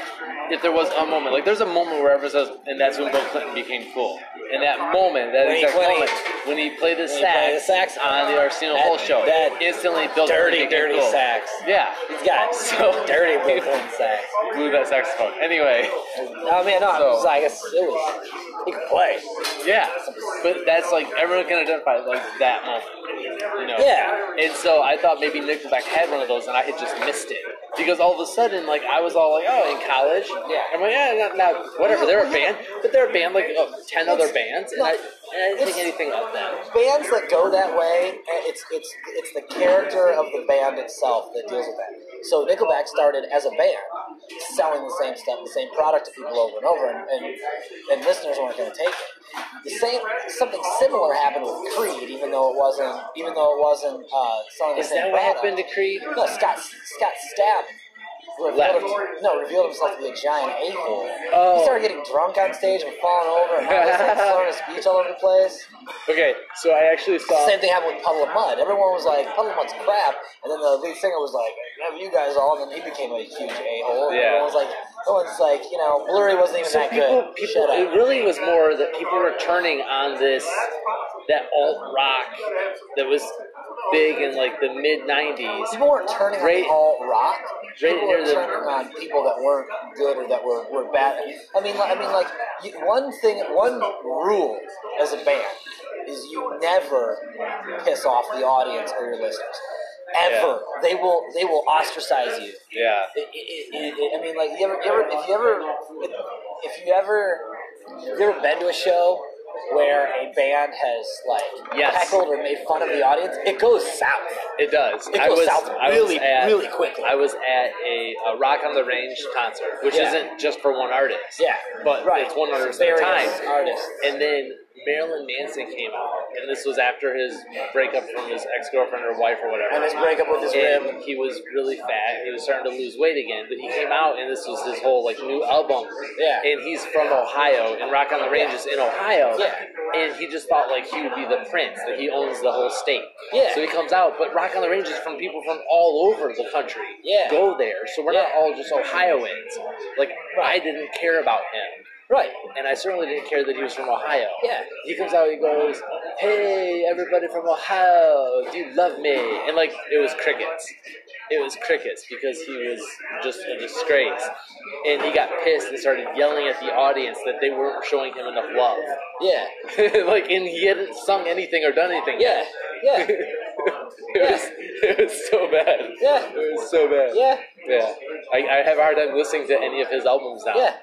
[SPEAKER 5] if there was a moment, like, there's a moment where everyone says, and that's when Bill Clinton became cool. In that moment, that
[SPEAKER 3] When he-
[SPEAKER 5] exact
[SPEAKER 3] when he-
[SPEAKER 5] moment, when he played the
[SPEAKER 3] he played the
[SPEAKER 5] sax
[SPEAKER 3] sax.
[SPEAKER 5] on the Arsenio
[SPEAKER 3] That-
[SPEAKER 5] Hall show,
[SPEAKER 3] that
[SPEAKER 5] instantly Bill
[SPEAKER 3] dirty,
[SPEAKER 5] Clinton became
[SPEAKER 3] dirty
[SPEAKER 5] cool.
[SPEAKER 3] sax.
[SPEAKER 5] Yeah,
[SPEAKER 3] He's got
[SPEAKER 5] So-
[SPEAKER 3] dirty Brooklyn sax.
[SPEAKER 5] blew that saxophone. Anyway,
[SPEAKER 3] Oh man, no, I'm
[SPEAKER 5] So-
[SPEAKER 3] just like it's, it was he could play.
[SPEAKER 5] yeah, but that's like everyone can identify like that moment, you know.
[SPEAKER 3] Yeah.
[SPEAKER 5] And so I thought maybe Nickelback had one of those, and I had just missed it because all of a sudden, like I was all like, oh, in college,
[SPEAKER 3] Yeah.
[SPEAKER 5] I'm like, yeah, not, not- whatever. They're a band, but they're a band like of ten other bands, and I, and I didn't think anything of them.
[SPEAKER 3] bands that go that way, eh, it's it's it's the character of the band itself that deals with that. So Nickelback started as a band, selling the same stuff, the same product to people over and over, and and, and listeners weren't going to take it. The same something similar happened with Creed, even though it wasn't even though it wasn't uh, selling the
[SPEAKER 5] Is
[SPEAKER 3] same
[SPEAKER 5] that what
[SPEAKER 3] product.
[SPEAKER 5] happened to Creed?
[SPEAKER 3] No, Scott Scott Stapp revealed
[SPEAKER 5] Left.
[SPEAKER 3] him- no, revealed himself to be a giant a-hole.
[SPEAKER 5] Oh.
[SPEAKER 3] He started getting drunk on stage and falling over and all this, like, throwing his speech all over the place.
[SPEAKER 5] Okay, so I actually saw.
[SPEAKER 3] Same thing happened with Puddle of Mud. Everyone was like, Puddle of Mud's crap. And then the lead singer was like, "Yeah, you guys all. And then he became a huge a-hole. And
[SPEAKER 5] Yeah.
[SPEAKER 3] Everyone was like, no one's like, you know, Blurry wasn't even
[SPEAKER 5] So
[SPEAKER 3] that
[SPEAKER 5] people,
[SPEAKER 3] good.
[SPEAKER 5] people,
[SPEAKER 3] Shut
[SPEAKER 5] it
[SPEAKER 3] up.
[SPEAKER 5] really was more that people were turning on this that alt rock that was big in like the mid '90s.
[SPEAKER 3] People weren't turning
[SPEAKER 5] Right.
[SPEAKER 3] on all rock.
[SPEAKER 5] Right,
[SPEAKER 3] People were
[SPEAKER 5] there's a-
[SPEAKER 3] turning on people that weren't good or that were, were bad. I mean, like- I mean, like you, one thing, one rule as a band is you never piss off the audience or your listeners. Ever, they will they will ostracize you.
[SPEAKER 5] Yeah.
[SPEAKER 3] It- it- it- it- I mean, like you ever, you ever if you ever if you ever if you ever been to a show where a band has like
[SPEAKER 5] Yes.
[SPEAKER 3] heckled or made fun of the audience, it goes south.
[SPEAKER 5] It does.
[SPEAKER 3] It
[SPEAKER 5] I
[SPEAKER 3] goes
[SPEAKER 5] was
[SPEAKER 3] south
[SPEAKER 5] I was
[SPEAKER 3] really,
[SPEAKER 5] at-
[SPEAKER 3] really quickly.
[SPEAKER 5] I was at a, a Rock on the Range concert, which
[SPEAKER 3] Yeah.
[SPEAKER 5] isn't just for one artist.
[SPEAKER 3] Yeah,
[SPEAKER 5] but
[SPEAKER 3] right.
[SPEAKER 5] it's one artist at a
[SPEAKER 3] Various
[SPEAKER 5] time.
[SPEAKER 3] artists.
[SPEAKER 5] And then Marilyn Manson came out, and this was after his breakup from his ex girlfriend or wife or whatever.
[SPEAKER 3] And his breakup with his rib.
[SPEAKER 5] and he was really fat. He was starting to lose weight again. But he came out, and this was his whole like new album.
[SPEAKER 3] Yeah.
[SPEAKER 5] And he's from Ohio, and Rock on the Range is in Ohio.
[SPEAKER 3] Yeah.
[SPEAKER 5] And he just thought like he would be the prince, that he owns the whole state.
[SPEAKER 3] Yeah.
[SPEAKER 5] So he comes out, but Rock on the Range is from people from all over the country.
[SPEAKER 3] Yeah.
[SPEAKER 5] Go there, so we're not
[SPEAKER 3] Yeah.
[SPEAKER 5] all just Ohioans. Like I didn't care about him.
[SPEAKER 3] Right.
[SPEAKER 5] And I certainly didn't care that he was from Ohio.
[SPEAKER 3] Yeah.
[SPEAKER 5] He comes out, he goes, Hey, everybody from Ohio, do you love me? And like, it was crickets. It was crickets because he was just a disgrace. And he got pissed and started yelling at the audience that they weren't showing him enough love.
[SPEAKER 3] Yeah.
[SPEAKER 5] like, and he hadn't sung anything or done anything.
[SPEAKER 3] Yeah. Yeah.
[SPEAKER 5] it, was, it was so bad.
[SPEAKER 3] Yeah.
[SPEAKER 5] It was so bad.
[SPEAKER 3] Yeah.
[SPEAKER 5] Yeah. I, I have a hard time listening to any of his albums now.
[SPEAKER 3] Yeah.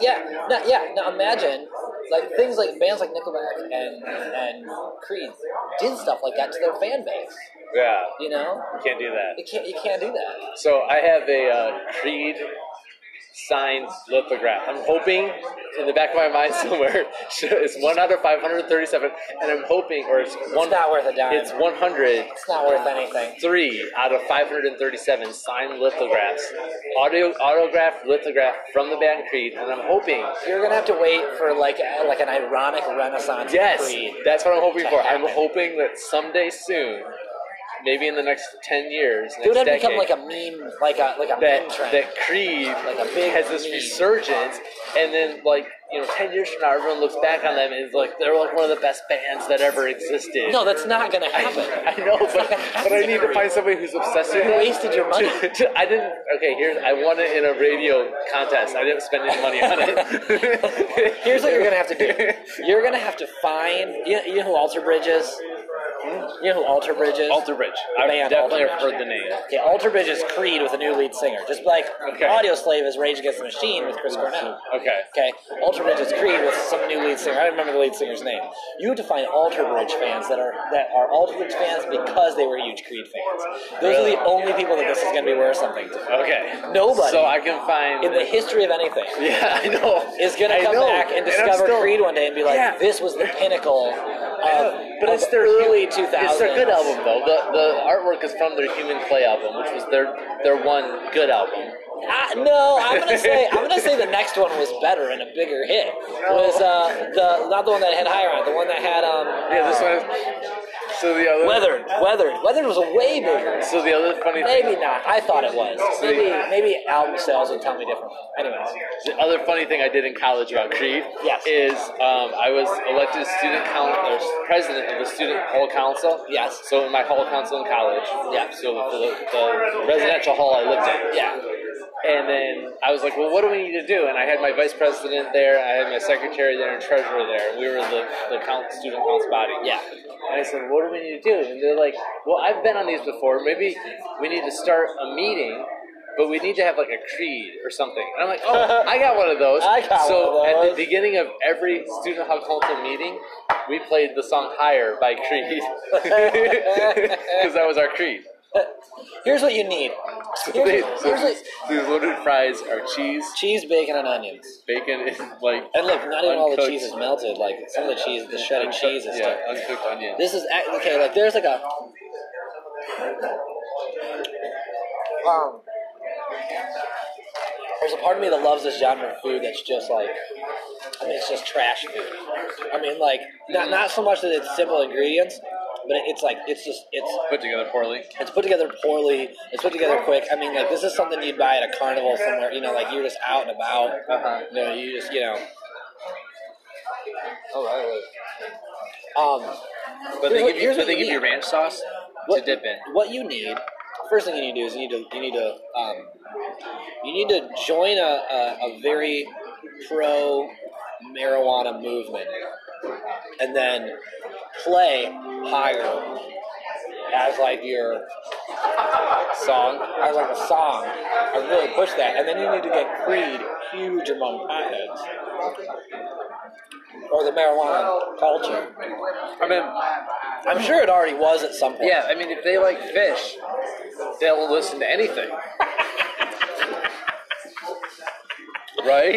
[SPEAKER 3] Yeah. No, yeah. Now imagine, like things like bands like Nickelback and and Creed did stuff like that to their fan base.
[SPEAKER 5] Yeah.
[SPEAKER 3] You know,
[SPEAKER 5] Can't do that.
[SPEAKER 3] you can't you can't do that.
[SPEAKER 5] So I have a uh, Creed signed lithograph. I'm hoping in the back of my mind somewhere it's one out of 537, and I'm hoping, or it's one.
[SPEAKER 3] It's not worth a dime.
[SPEAKER 5] It's
[SPEAKER 3] It's,
[SPEAKER 5] 103
[SPEAKER 3] not worth anything.
[SPEAKER 5] out of 537 signed lithographs, audio autograph lithograph from the band Creed, and I'm hoping.
[SPEAKER 3] You're gonna have to wait for like a, like an ironic renaissance.
[SPEAKER 5] Yes,
[SPEAKER 3] of Creed.
[SPEAKER 5] that's what I'm hoping
[SPEAKER 3] To
[SPEAKER 5] for. I'm
[SPEAKER 3] happen.
[SPEAKER 5] hoping that someday soon, maybe in the next 10 years,
[SPEAKER 3] It would have
[SPEAKER 5] next
[SPEAKER 3] become
[SPEAKER 5] decade,
[SPEAKER 3] like a meme, like a like a
[SPEAKER 5] that
[SPEAKER 3] meme trend.
[SPEAKER 5] that Creed like
[SPEAKER 3] a big
[SPEAKER 5] has this
[SPEAKER 3] meme.
[SPEAKER 5] resurgence, and then like you know, ten years from now, everyone looks back on them and is like, they're like one of the best bands that ever existed.
[SPEAKER 3] no, that's not gonna happen.
[SPEAKER 5] I know, but, but I need to find somebody who's obsessed with
[SPEAKER 3] You
[SPEAKER 5] it.
[SPEAKER 3] wasted your money.
[SPEAKER 5] To- to- I didn't. Okay, here's. I won it in a radio contest. I didn't spend any money on it.
[SPEAKER 3] Here's what you're gonna have to do. You're gonna have to find. You, you know who Alter Bridge is? Hmm? You know who Alter Bridge is?
[SPEAKER 5] Alter Bridge. I've
[SPEAKER 3] Band
[SPEAKER 5] definitely
[SPEAKER 3] Alter Bridge.
[SPEAKER 5] heard the name.
[SPEAKER 3] Okay, Alter Bridge is Creed with a new lead singer, just like
[SPEAKER 5] Okay.
[SPEAKER 3] Audio Slave is Rage Against the Machine with Chris Cornell.
[SPEAKER 5] Okay.
[SPEAKER 3] Okay, Alter Bridge is Creed with some new lead singer. I don't remember the lead singer's name. You have to find Alter Bridge fans that are that are Alter Bridge fans because they were huge Creed fans. Those
[SPEAKER 5] Really?
[SPEAKER 3] are the only people that this is gonna be worth something to.
[SPEAKER 5] Okay.
[SPEAKER 3] Nobody.
[SPEAKER 5] So I can find.
[SPEAKER 3] In the history of anything,
[SPEAKER 5] yeah, I know.
[SPEAKER 3] is going
[SPEAKER 5] I
[SPEAKER 3] to come
[SPEAKER 5] know.
[SPEAKER 3] back and
[SPEAKER 5] I'm
[SPEAKER 3] discover
[SPEAKER 5] still-
[SPEAKER 3] Creed one day and be like,
[SPEAKER 5] Yeah.
[SPEAKER 3] this was the pinnacle of,
[SPEAKER 5] But
[SPEAKER 3] of
[SPEAKER 5] it's their
[SPEAKER 3] early
[SPEAKER 5] hu-
[SPEAKER 3] 2000s.
[SPEAKER 5] It's their good album though. The the artwork is from their Human Clay album, which was their their one good album.
[SPEAKER 3] I, Ah, no, I'm gonna say I'm gonna say the next one was better and a bigger hit. Was uh, the not the one that had higher on, the one that had um
[SPEAKER 5] Yeah, this
[SPEAKER 3] uh,
[SPEAKER 5] one. So the other
[SPEAKER 3] weathered, weathered, weathered was way bigger.
[SPEAKER 5] So the other funny thing,
[SPEAKER 3] Maybe not. I thought it was. Maybe maybe album sales would tell me different. Anyways,
[SPEAKER 5] the other funny thing I did in college about Creed
[SPEAKER 3] Yes.
[SPEAKER 5] is um, I was elected student coun- or president of the student hall council.
[SPEAKER 3] Yes.
[SPEAKER 5] So in my hall council in college.
[SPEAKER 3] Yeah.
[SPEAKER 5] So the, the residential hall I lived in.
[SPEAKER 3] yeah,
[SPEAKER 5] And then I was like, well, what do we need to do? And I had my vice president there, I had my secretary there, and treasurer there. We were the, the count, student council body.
[SPEAKER 3] yeah,
[SPEAKER 5] And I said, what do we need to do? And they're like, well, I've been on these before. Maybe we need to start a meeting, but we need to have like a creed or something. And I'm like, oh, I got one of those.
[SPEAKER 3] I got
[SPEAKER 5] so
[SPEAKER 3] one of
[SPEAKER 5] at
[SPEAKER 3] those.
[SPEAKER 5] the beginning of every student hall council meeting, we played the song Higher by Creed. Because that was our creed.
[SPEAKER 3] Here's what you need.
[SPEAKER 5] So
[SPEAKER 3] Here's,
[SPEAKER 5] they- so
[SPEAKER 3] here's what,
[SPEAKER 5] these, these loaded fries are cheese,
[SPEAKER 3] cheese, bacon, and onions.
[SPEAKER 5] bacon, and like
[SPEAKER 3] And look, not even all the
[SPEAKER 5] uncooked-
[SPEAKER 3] cheese is melted. Like some of the cheese, the shredded cheese is
[SPEAKER 5] Yeah,
[SPEAKER 3] stuck.
[SPEAKER 5] uncooked onion.
[SPEAKER 3] This is ac- okay. Like there's like a. Um, there's a part of me that loves this genre of food that's just like, I mean, it's just trash food. I mean, like not not so much that it's simple ingredients, but it's like it's just it's
[SPEAKER 5] Put together poorly.
[SPEAKER 3] it's put together poorly. It's put together quick. I mean, like this is something you'd buy at a carnival somewhere. You know, like you're just out and about.
[SPEAKER 5] Uh-huh.
[SPEAKER 3] You know, you just you know.
[SPEAKER 4] Oh, right.
[SPEAKER 3] Um,
[SPEAKER 5] But they
[SPEAKER 3] Here's what-
[SPEAKER 5] give you,
[SPEAKER 3] here's
[SPEAKER 5] but
[SPEAKER 3] what
[SPEAKER 5] they
[SPEAKER 3] you
[SPEAKER 5] give you
[SPEAKER 3] need.
[SPEAKER 5] ranch sauce to
[SPEAKER 3] what,
[SPEAKER 5] dip in.
[SPEAKER 3] What you need, first thing you need to do is you need to you need to um, you need to join a, a, a very pro marijuana movement, and then play higher as like your song, as like a song. I really push that, and then you need to get Creed huge among potheads. Or the marijuana culture.
[SPEAKER 5] I mean,
[SPEAKER 3] I'm sure it already was at some point.
[SPEAKER 5] yeah, I mean, if they like fish, they'll listen to anything. right?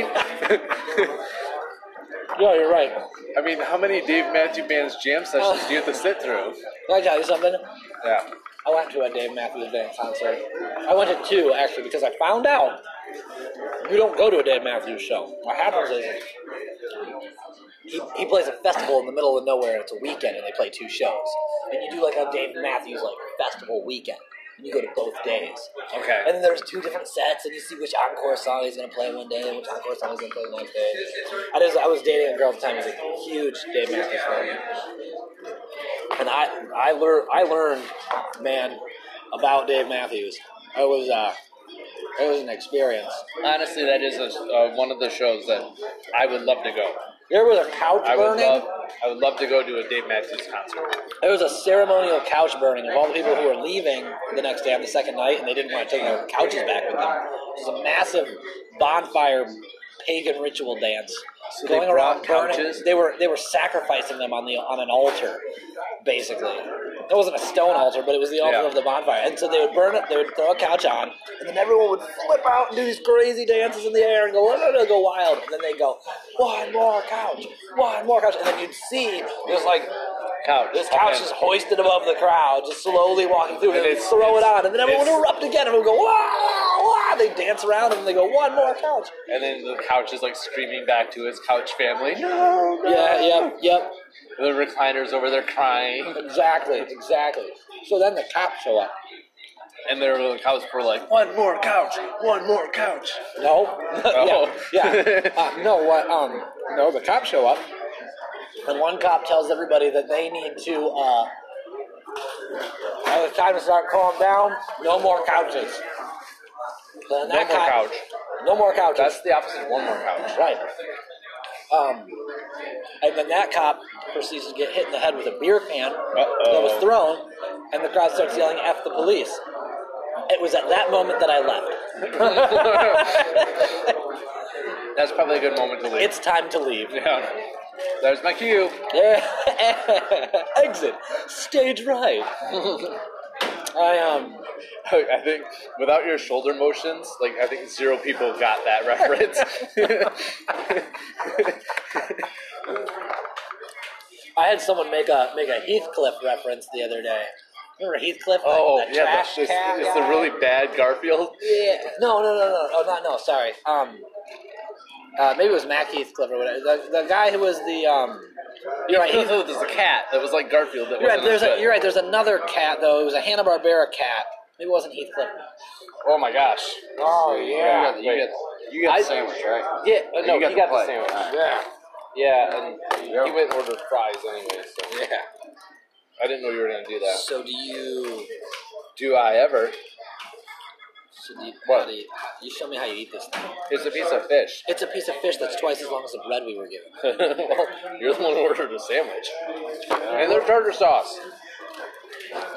[SPEAKER 3] yeah, you're right.
[SPEAKER 5] I mean, how many Dave Matthew Band's jam sessions do you have to sit through?
[SPEAKER 3] Can I tell you something?
[SPEAKER 5] Yeah.
[SPEAKER 3] I went to a Dave Matthews Band concert. I went to two actually because I found out you don't go to a Dave Matthews show. What happens is he, he plays a festival in the middle of nowhere. It's a weekend, and they play two shows. And you do like a Dave Matthews like festival weekend. And you go to both days.
[SPEAKER 5] Okay.
[SPEAKER 3] And then there's two different sets, and you see which encore song he's gonna play one day, and which encore song he's gonna play the next day. I just I was dating a girl at the time who's a huge Dave Matthews fan, and I I learned I learned man about Dave Matthews. It was uh it was an experience.
[SPEAKER 5] Honestly, that is a, uh, one of the shows that I would love to go.
[SPEAKER 3] There was a couch
[SPEAKER 5] I would
[SPEAKER 3] burning.
[SPEAKER 5] love, I would love to go to a Dave Matthews concert.
[SPEAKER 3] There was a ceremonial couch burning of all the people who were leaving the next day on the second night, and they didn't want to take their couches back with them. It was a massive bonfire pagan ritual dance.
[SPEAKER 5] So they brought
[SPEAKER 3] burning-
[SPEAKER 5] couches?
[SPEAKER 3] They were they were sacrificing them on the on an altar, basically. It wasn't a stone altar, but it was the altar
[SPEAKER 5] Yeah.
[SPEAKER 3] of the bonfire. And so they would burn it. They would throw a couch on, and then everyone would flip out and do these crazy dances in the air and go, "La, la, la," go wild. And then they go, one more couch, one more couch, and then you'd see there's like
[SPEAKER 5] Couch.
[SPEAKER 3] this couch is hoisted above the crowd, just slowly walking through, and,
[SPEAKER 5] And
[SPEAKER 3] they
[SPEAKER 5] it's-
[SPEAKER 3] throw it on, and then everyone
[SPEAKER 5] it's-
[SPEAKER 3] would erupt again, and we go, wow, wow, they dance around, and they go, one more couch.
[SPEAKER 5] And then the couch is like screaming back to its couch family. No, no.
[SPEAKER 3] Yeah, yep, yep,
[SPEAKER 5] The recliners over there crying,
[SPEAKER 3] exactly, exactly. So then the cops show up.
[SPEAKER 5] and they're the cows were like, "One more couch, one more couch."
[SPEAKER 3] No,
[SPEAKER 5] Oh.
[SPEAKER 3] yeah, yeah. Uh, no, what? Um, no, the cops show up, and one cop tells everybody that they need to. Uh, "Oh, it's time to start calming down. No more couches. No
[SPEAKER 5] One more couch.
[SPEAKER 3] No more couches.
[SPEAKER 5] That's the opposite. of One more couch.
[SPEAKER 3] Right. Um, and then that cop proceeds to get hit in the head with a beer can that was thrown, and the crowd starts yelling "F the police." It was at that moment that I left.
[SPEAKER 5] That's probably a good moment to leave.
[SPEAKER 3] It's time to leave.
[SPEAKER 5] yeah. There's my cue.
[SPEAKER 3] Exit stage right. I um.
[SPEAKER 5] I think without your shoulder motions, like I think zero people got that reference.
[SPEAKER 3] I had someone make a make a Heathcliff reference the other day. Remember Heathcliff? like,
[SPEAKER 5] oh
[SPEAKER 3] the
[SPEAKER 5] yeah,
[SPEAKER 3] trash
[SPEAKER 5] that's just,
[SPEAKER 3] can
[SPEAKER 5] it's the
[SPEAKER 3] guy?
[SPEAKER 5] really bad Garfield.
[SPEAKER 3] Yeah. No, no, no, no. Oh, not no. Sorry. Um, uh, maybe it was Matt Heathcliff or whatever. The, the guy who was the um. You're right. Heath-
[SPEAKER 5] Heathcliff is a cat that was like Garfield. That
[SPEAKER 3] you're right.
[SPEAKER 5] wasn't
[SPEAKER 3] There's
[SPEAKER 5] as
[SPEAKER 3] a,
[SPEAKER 5] good.
[SPEAKER 3] you're right. There's another cat though. It was a Hanna Barbera cat. Maybe it wasn't Heathcliff.
[SPEAKER 5] Oh my gosh.
[SPEAKER 3] Oh
[SPEAKER 4] You got, the- you got, you got the sandwich, right?
[SPEAKER 5] Yeah, uh,
[SPEAKER 4] You
[SPEAKER 5] no,
[SPEAKER 4] got
[SPEAKER 5] he
[SPEAKER 4] the
[SPEAKER 5] got the
[SPEAKER 4] plate.
[SPEAKER 5] sandwich.
[SPEAKER 3] Yeah.
[SPEAKER 5] Yeah, and
[SPEAKER 4] Yeah.
[SPEAKER 5] he went and ordered fries anyway, so
[SPEAKER 4] Yeah.
[SPEAKER 5] I didn't know you were gonna do that.
[SPEAKER 3] So do you?
[SPEAKER 5] Do I ever?
[SPEAKER 3] So do you
[SPEAKER 5] What?
[SPEAKER 3] How do you, you show me how you eat this thing.
[SPEAKER 5] It's a piece of fish.
[SPEAKER 3] It's a piece of fish that's twice as long as the bread we were given.
[SPEAKER 5] You're the one who ordered a sandwich. And their tartar sauce.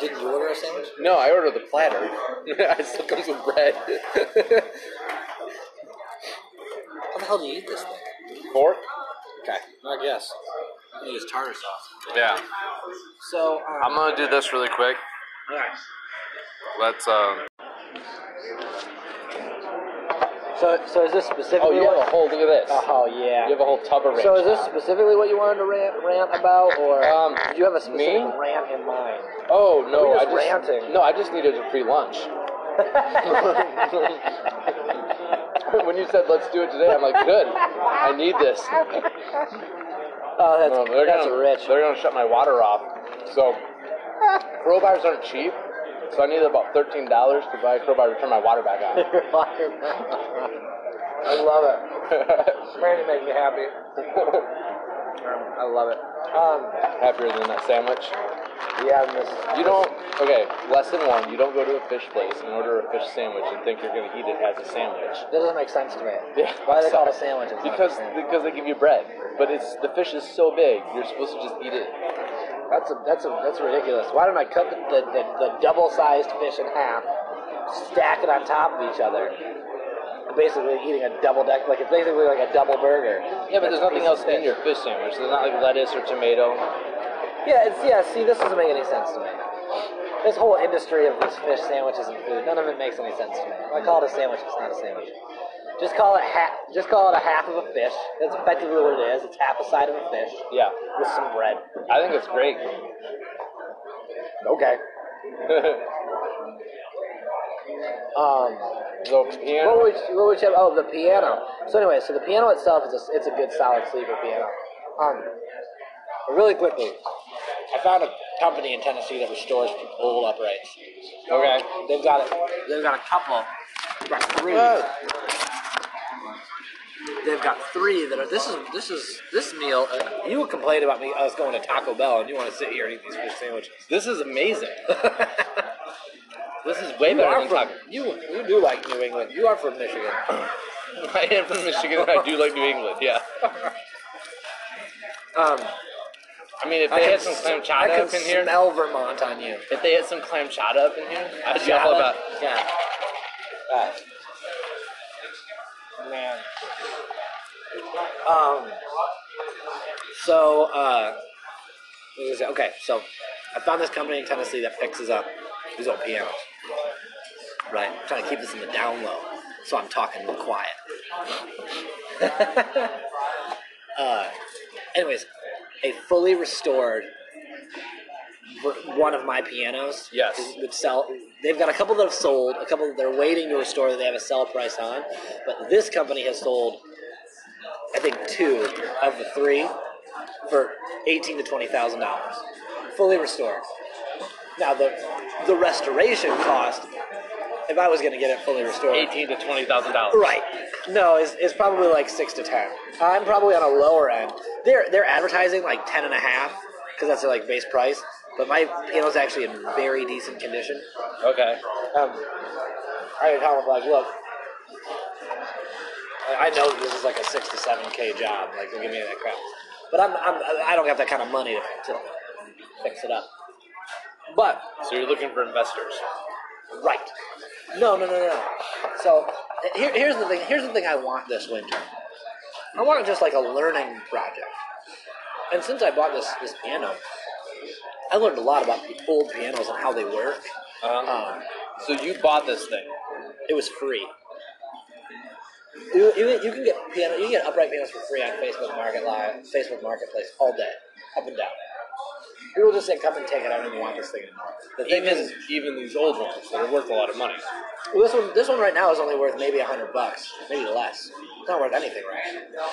[SPEAKER 3] Didn't you order a sandwich?
[SPEAKER 5] No, I ordered the platter. it still comes with bread.
[SPEAKER 3] How the hell do you eat this thing?
[SPEAKER 5] Fork?
[SPEAKER 3] Okay. I guess. You use tartar sauce.
[SPEAKER 4] Yeah.
[SPEAKER 3] So. Um,
[SPEAKER 4] I'm gonna do this really quick.
[SPEAKER 3] yeah.
[SPEAKER 4] Let's. Um,
[SPEAKER 6] So, so is this specifically?
[SPEAKER 5] Oh, you have
[SPEAKER 6] what,
[SPEAKER 5] a whole, look at this.
[SPEAKER 6] oh yeah.
[SPEAKER 5] You have a whole tub of ranch.
[SPEAKER 6] so is this specifically what you wanted to rant, rant about, or
[SPEAKER 5] Um,
[SPEAKER 6] did you have a specific
[SPEAKER 5] me?
[SPEAKER 6] rant in mind?
[SPEAKER 5] Oh, no,
[SPEAKER 6] We're just
[SPEAKER 5] I just,
[SPEAKER 6] ranting.
[SPEAKER 5] No, I just needed a free lunch. when you said let's do it today, I'm like, good. I need this.
[SPEAKER 3] Oh, that's,
[SPEAKER 5] Um, they're
[SPEAKER 3] that's
[SPEAKER 5] gonna,
[SPEAKER 3] rich.
[SPEAKER 5] They're gonna shut my water off. So crowbars aren't cheap. So I need about thirteen dollars to buy a crowbar to turn my water back on.
[SPEAKER 7] I love it. Brandon makes me happy. I love it. Um,
[SPEAKER 5] Happier than that sandwich.
[SPEAKER 7] yeah, I miss.
[SPEAKER 5] You don't. Okay, lesson one: you don't go to a fish place and order a fish sandwich and think you're gonna eat it as a sandwich.
[SPEAKER 3] That doesn't make sense to me.
[SPEAKER 5] Yeah,
[SPEAKER 3] Why are they called a
[SPEAKER 5] sorry.
[SPEAKER 3] sandwich? if it's not a
[SPEAKER 5] Because
[SPEAKER 3] sandwich?
[SPEAKER 5] because they give you bread, but it's the fish is so big, you're supposed to just eat it.
[SPEAKER 7] That's a that's a that's ridiculous. Why don't I cut the the, the, the double sized fish in half, stack it on top of each other? Basically eating a double deck like it's basically like a double burger.
[SPEAKER 5] Yeah, but there's nothing else in your fish sandwich. There's not like lettuce or tomato.
[SPEAKER 3] Yeah, it's, yeah. See, this doesn't make any sense to me. This whole industry of these fish sandwiches and food, none of it makes any sense to me. I call it a sandwich. It's not a sandwich. Just call it half. Just call it a half of a fish. That's effectively what it is. It's half a side of a fish
[SPEAKER 5] Yeah,
[SPEAKER 3] with some bread.
[SPEAKER 5] I think it's great.
[SPEAKER 7] Okay. Um
[SPEAKER 5] so
[SPEAKER 7] what
[SPEAKER 5] piano.
[SPEAKER 7] would you, what would you have? Oh, the piano. So anyway, so the piano itself is a, it's a good solid sleeper piano. Um,
[SPEAKER 3] Really quickly, I found a company in Tennessee that restores old uprights.
[SPEAKER 5] Okay.
[SPEAKER 3] They've got it. They've got a couple. They've got three. They've got three that are. This is this is this meal. Uh, you complained about me us going to Taco Bell, and you want to sit here and eat these fish sandwiches.
[SPEAKER 5] This is amazing. this is way
[SPEAKER 3] You
[SPEAKER 5] better
[SPEAKER 3] are
[SPEAKER 5] than
[SPEAKER 3] from
[SPEAKER 5] taco.
[SPEAKER 3] you. You do like New England. You are from Michigan.
[SPEAKER 5] I am from Michigan and I do like New England. Yeah.
[SPEAKER 3] Um,
[SPEAKER 5] I mean, if
[SPEAKER 3] I
[SPEAKER 5] they
[SPEAKER 3] can
[SPEAKER 5] had some
[SPEAKER 3] s- I
[SPEAKER 5] clam chowder
[SPEAKER 3] can
[SPEAKER 5] up in here,
[SPEAKER 3] smell Vermont on you.
[SPEAKER 5] if they had some clam chowder up in here, I'd be all about.
[SPEAKER 3] Yeah. Uh, man. Um. So, uh, what was I gonna say? okay, so I found this company in Tennessee that fixes up these old pianos. Right, I'm trying to keep this in the down low, so I'm talking real quiet. uh, anyways, a fully restored ver- one of my pianos.
[SPEAKER 5] Yes.
[SPEAKER 3] is- Would sell. They've got a couple that have sold. A couple that they're waiting to restore that they have a sell price on, but this company has sold. I think two of the three for eighteen to twenty thousand dollars, fully restored. Now the the restoration cost, if I was going to get it fully restored,
[SPEAKER 5] Eighteen to twenty thousand dollars.
[SPEAKER 3] Right. No, it's, it's probably like six to ten. I'm probably on a lower end. They're they're advertising like ten and a half because that's their like base price. But my piano's actually in very decent condition.
[SPEAKER 5] Okay.
[SPEAKER 3] Um, I had tell him like, look, I I know this is like a six to seven k job. Like, don't give me that crap. But I'm, I'm I don't have that kind of money to, to fix it up. But
[SPEAKER 5] So you're looking for investors.
[SPEAKER 3] Right. No, no, no, no. So here, here's the thing. Here's the thing I want this winter. I want just like a learning project. And since I bought this this piano, I learned a lot about the old pianos and how they work.
[SPEAKER 5] Uh-huh.
[SPEAKER 3] Um,
[SPEAKER 5] So you bought this thing.
[SPEAKER 3] it was free. You, you, you can get piano, you can get upright pianos for free on Facebook Market Live, Facebook Marketplace all day, up and down. People just say, "Come and take it." I don't even want this thing anymore. The thing
[SPEAKER 5] Even
[SPEAKER 3] is,
[SPEAKER 5] even these old ones that are worth a lot of money.
[SPEAKER 3] Well, this one, this one right now is only worth maybe a hundred bucks, maybe less. It's not worth anything right now.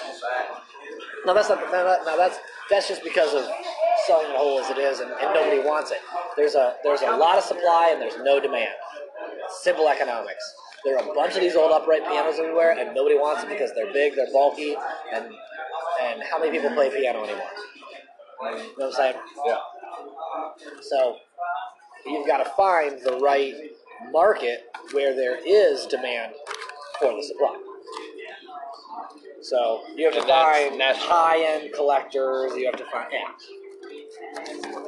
[SPEAKER 3] No, that's not. No, that- no, that's that's just because of selling the whole as it is, and, and nobody wants it. There's a there's a lot of supply and there's no demand. Simple economics. There are a bunch of these old upright pianos everywhere, and nobody wants them because they're big, they're bulky, and and how many people play piano anymore? You know what I'm saying?
[SPEAKER 5] Yeah.
[SPEAKER 3] So you've got to find the right market where there is demand for the supply. So you have to
[SPEAKER 5] And that's
[SPEAKER 3] find
[SPEAKER 5] national.
[SPEAKER 3] high-end collectors. You have to find yeah. Um,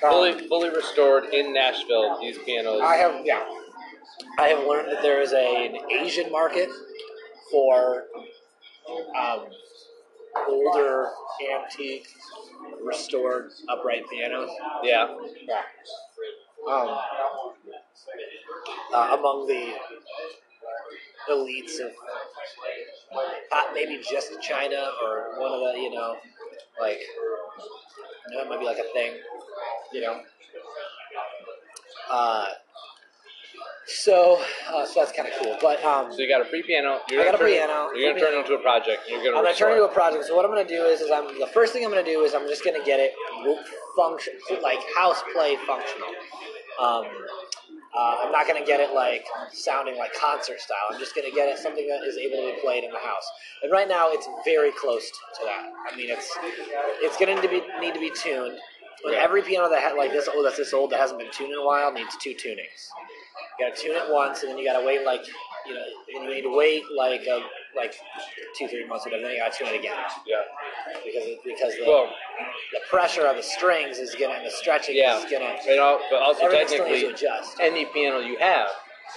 [SPEAKER 5] Fully fully restored in Nashville. These pianos.
[SPEAKER 3] I have yeah. I have learned that there is a, an Asian market for um, older, antique, restored upright pianos.
[SPEAKER 5] Yeah.
[SPEAKER 3] Yeah. Um, uh, among the elites of uh, maybe just China or one of the, you know, like, you know, it might be like a thing, you know. Uh,
[SPEAKER 7] So, uh, so that's kind of cool. But um,
[SPEAKER 5] So you got a free piano. You're
[SPEAKER 3] I
[SPEAKER 5] gonna
[SPEAKER 3] got a
[SPEAKER 5] turn-
[SPEAKER 3] piano,
[SPEAKER 5] You're
[SPEAKER 3] free
[SPEAKER 5] gonna turn it into a project. You're gonna.
[SPEAKER 3] I'm gonna turn it into
[SPEAKER 5] restore
[SPEAKER 3] a project. So what I'm gonna do is, is I'm the first thing I'm gonna do is I'm just gonna get it function like house play functional. Um, uh, I'm not gonna get it like sounding like concert style. I'm just gonna get it something that is able to be played in the house. And right now, it's very close to that. I mean, it's it's gonna need to be need to be tuned. But every piano that had like this oh that's this old that hasn't been tuned in a while needs two tunings. You gotta tune it once, and then you gotta wait like you know, and you need to wait like a, like two three months, whatever. Then you gotta tune it again
[SPEAKER 5] Yeah.
[SPEAKER 3] because it- because the,
[SPEAKER 5] Well,
[SPEAKER 3] the pressure of the strings is gonna and the stretching
[SPEAKER 5] yeah.
[SPEAKER 3] is gonna
[SPEAKER 5] You know, but also
[SPEAKER 3] everything still needs
[SPEAKER 5] technically,
[SPEAKER 3] to adjust.
[SPEAKER 5] any piano you have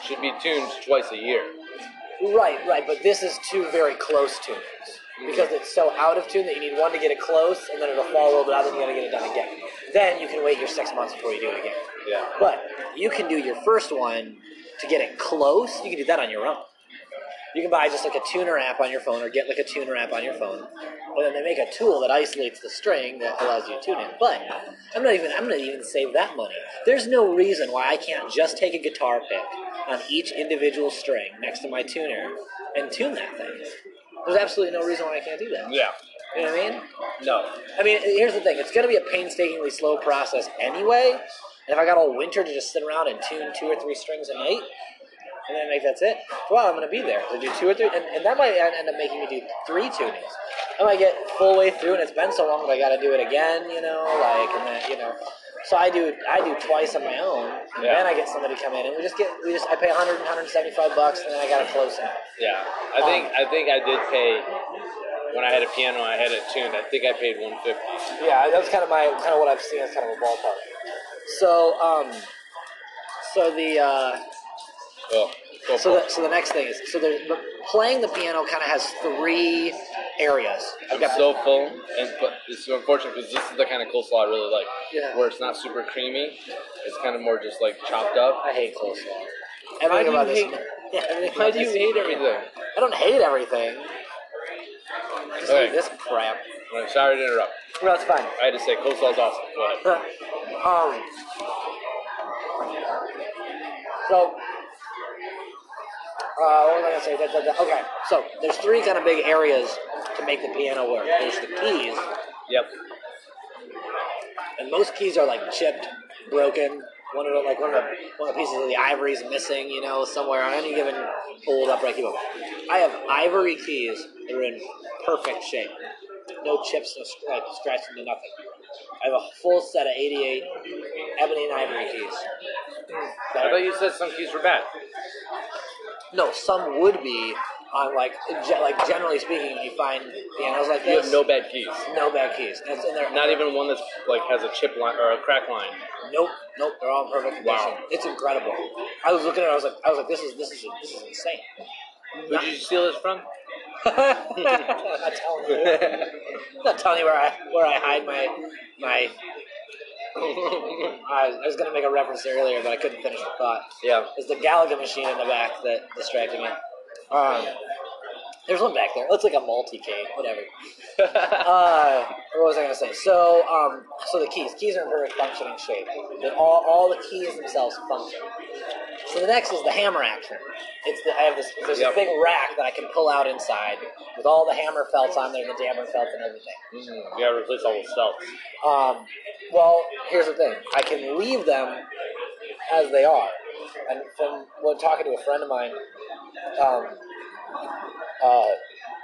[SPEAKER 5] should be tuned twice a year.
[SPEAKER 3] Right, right, but this is two very close tunings
[SPEAKER 5] Mm-hmm.
[SPEAKER 3] because it's so out of tune that you need one to get it close, and then it'll fall a little bit out, and you gotta get it done again. Then you can wait your six months before you do it again.
[SPEAKER 5] Yeah.
[SPEAKER 3] But you can do your first one to get it close. You can do that on your own. You can buy just like a tuner app on your phone or get like a tuner app on your phone. And then they make a tool that isolates the string that allows you to tune it. But I'm not even I'm not even save that money. There's no reason why I can't just take a guitar pick on each individual string next to my tuner and tune that thing. There's absolutely no reason why I can't do that.
[SPEAKER 5] Yeah.
[SPEAKER 3] You know what I mean?
[SPEAKER 5] No.
[SPEAKER 3] I mean, here's the thing. It's going to be a painstakingly slow process anyway. And if I got all winter to just sit around and tune two or three strings a night, and then like that's it. Well, I'm going to be there to do two or three, and, and that might en- end up making me do three tunings. I might get full way through, and it's been so long that I got to do it again. You know, like and then you know. So I do I do twice on my own, and
[SPEAKER 5] Yeah.
[SPEAKER 3] then I get somebody to come in, and we just get we just I pay 100 and 175 bucks, and then I got to close out.
[SPEAKER 5] Yeah. I think I think I did pay when I had a piano. I had it tuned. I think I paid one fifty.
[SPEAKER 3] Yeah, that's kind of my kind of what I've seen. It's kind of a ballpark. So, um, so the uh,
[SPEAKER 5] Oh. Go
[SPEAKER 3] so
[SPEAKER 5] for it.
[SPEAKER 3] the so the next thing is so the, the playing the piano kind of has three areas. I've
[SPEAKER 5] I'm
[SPEAKER 3] got
[SPEAKER 5] so full, and but it's so unfortunate because this is the kind of coleslaw I really like,
[SPEAKER 3] Yeah.
[SPEAKER 5] where it's not super creamy. It's kind of more just like chopped up.
[SPEAKER 3] I hate coleslaw.
[SPEAKER 5] Why do
[SPEAKER 3] Everything
[SPEAKER 5] you
[SPEAKER 3] about this.
[SPEAKER 5] hate-
[SPEAKER 3] yeah, everything
[SPEAKER 5] Why
[SPEAKER 3] about
[SPEAKER 5] do you
[SPEAKER 3] this-
[SPEAKER 5] hate everything?
[SPEAKER 3] I don't hate everything. I just
[SPEAKER 5] Okay.
[SPEAKER 3] hate this crap.
[SPEAKER 5] I'm sorry to interrupt.
[SPEAKER 3] No, it's fine. Uh,
[SPEAKER 5] I had to say coleslaw's awesome. Go ahead.
[SPEAKER 3] um, so, uh, what was I going to say? Da, da, da. Okay, so there's three kind of big areas to make the piano work. There's the keys,
[SPEAKER 5] Yep.
[SPEAKER 3] and most keys are like chipped, broken. One of the, like one of the, one of the pieces of the ivory is missing, you know, somewhere on any given old upright keyboard. I have ivory keys that are in perfect shape, no chips, no scr- like scratches, no nothing. I have a full set of 88 ebony and ivory keys. that
[SPEAKER 5] I
[SPEAKER 3] are-
[SPEAKER 5] thought you said some keys were bad.
[SPEAKER 3] No, some would be on like ge- like generally speaking, when you find pianos like
[SPEAKER 5] You
[SPEAKER 3] this,
[SPEAKER 5] have no bad keys.
[SPEAKER 3] no bad keys. That's in there.
[SPEAKER 5] Not even one that's like has a chip line or a crack line.
[SPEAKER 3] Nope, nope. They're all in perfect condition.
[SPEAKER 5] Wow.
[SPEAKER 3] It's incredible. I was looking at it. I was like, I was like, this is this is this is insane.
[SPEAKER 5] Who did you steal this from?
[SPEAKER 3] I'm not telling you. I'm not telling you where I where I hide my my. I, I was gonna make a reference earlier, but I couldn't finish the thought.
[SPEAKER 5] yeah.
[SPEAKER 3] It's the Galaga machine in the back that distracted me. Um, there's one back there. It looks like a multi cane, whatever. uh, what was I gonna say? So, um, so the keys. Keys are in perfect functioning shape. That all, all the keys themselves function. So the next is the hammer action. It's the, I have this there's
[SPEAKER 5] Yep.
[SPEAKER 3] a big rack that I can pull out inside with all the hammer felts on there, the damper felt, and everything.
[SPEAKER 5] Mm, you gotta replace all the cells.
[SPEAKER 3] Um, well, here's the thing. I can leave them as they are. And from when talking to a friend of mine, um, uh,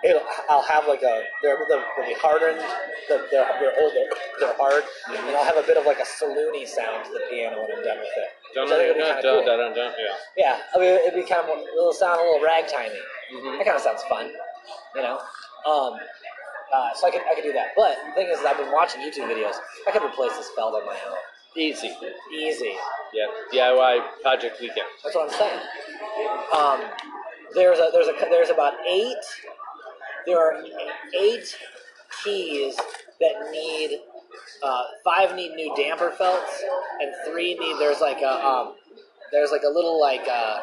[SPEAKER 3] it'll, I'll have like a they're they'll, they'll be hardened, they're, they're, they're old, they're, they're hard, and I'll have a bit of like a saloony sound to the piano when I'm done with it.
[SPEAKER 5] Dun,
[SPEAKER 3] Which I think would
[SPEAKER 5] dun,
[SPEAKER 3] be
[SPEAKER 5] dun,
[SPEAKER 3] kinda cool.
[SPEAKER 5] dun, dun, dun, yeah.
[SPEAKER 3] Yeah, I mean, it'd be kind of a little sound, a little ragtimey.
[SPEAKER 5] Mhm.
[SPEAKER 3] That kind of sounds fun, you know. Um, uh, so I could I could do that. But the thing is, I've been watching YouTube videos. I could replace this felt on my own,
[SPEAKER 5] Easy.
[SPEAKER 3] easy.
[SPEAKER 5] Yeah. DIY project weekend.
[SPEAKER 3] That's what I'm saying. Um, there's a there's a there's about eight. There are eight keys that need uh, five need new damper felts and three need there's like a um, there's like a little like uh,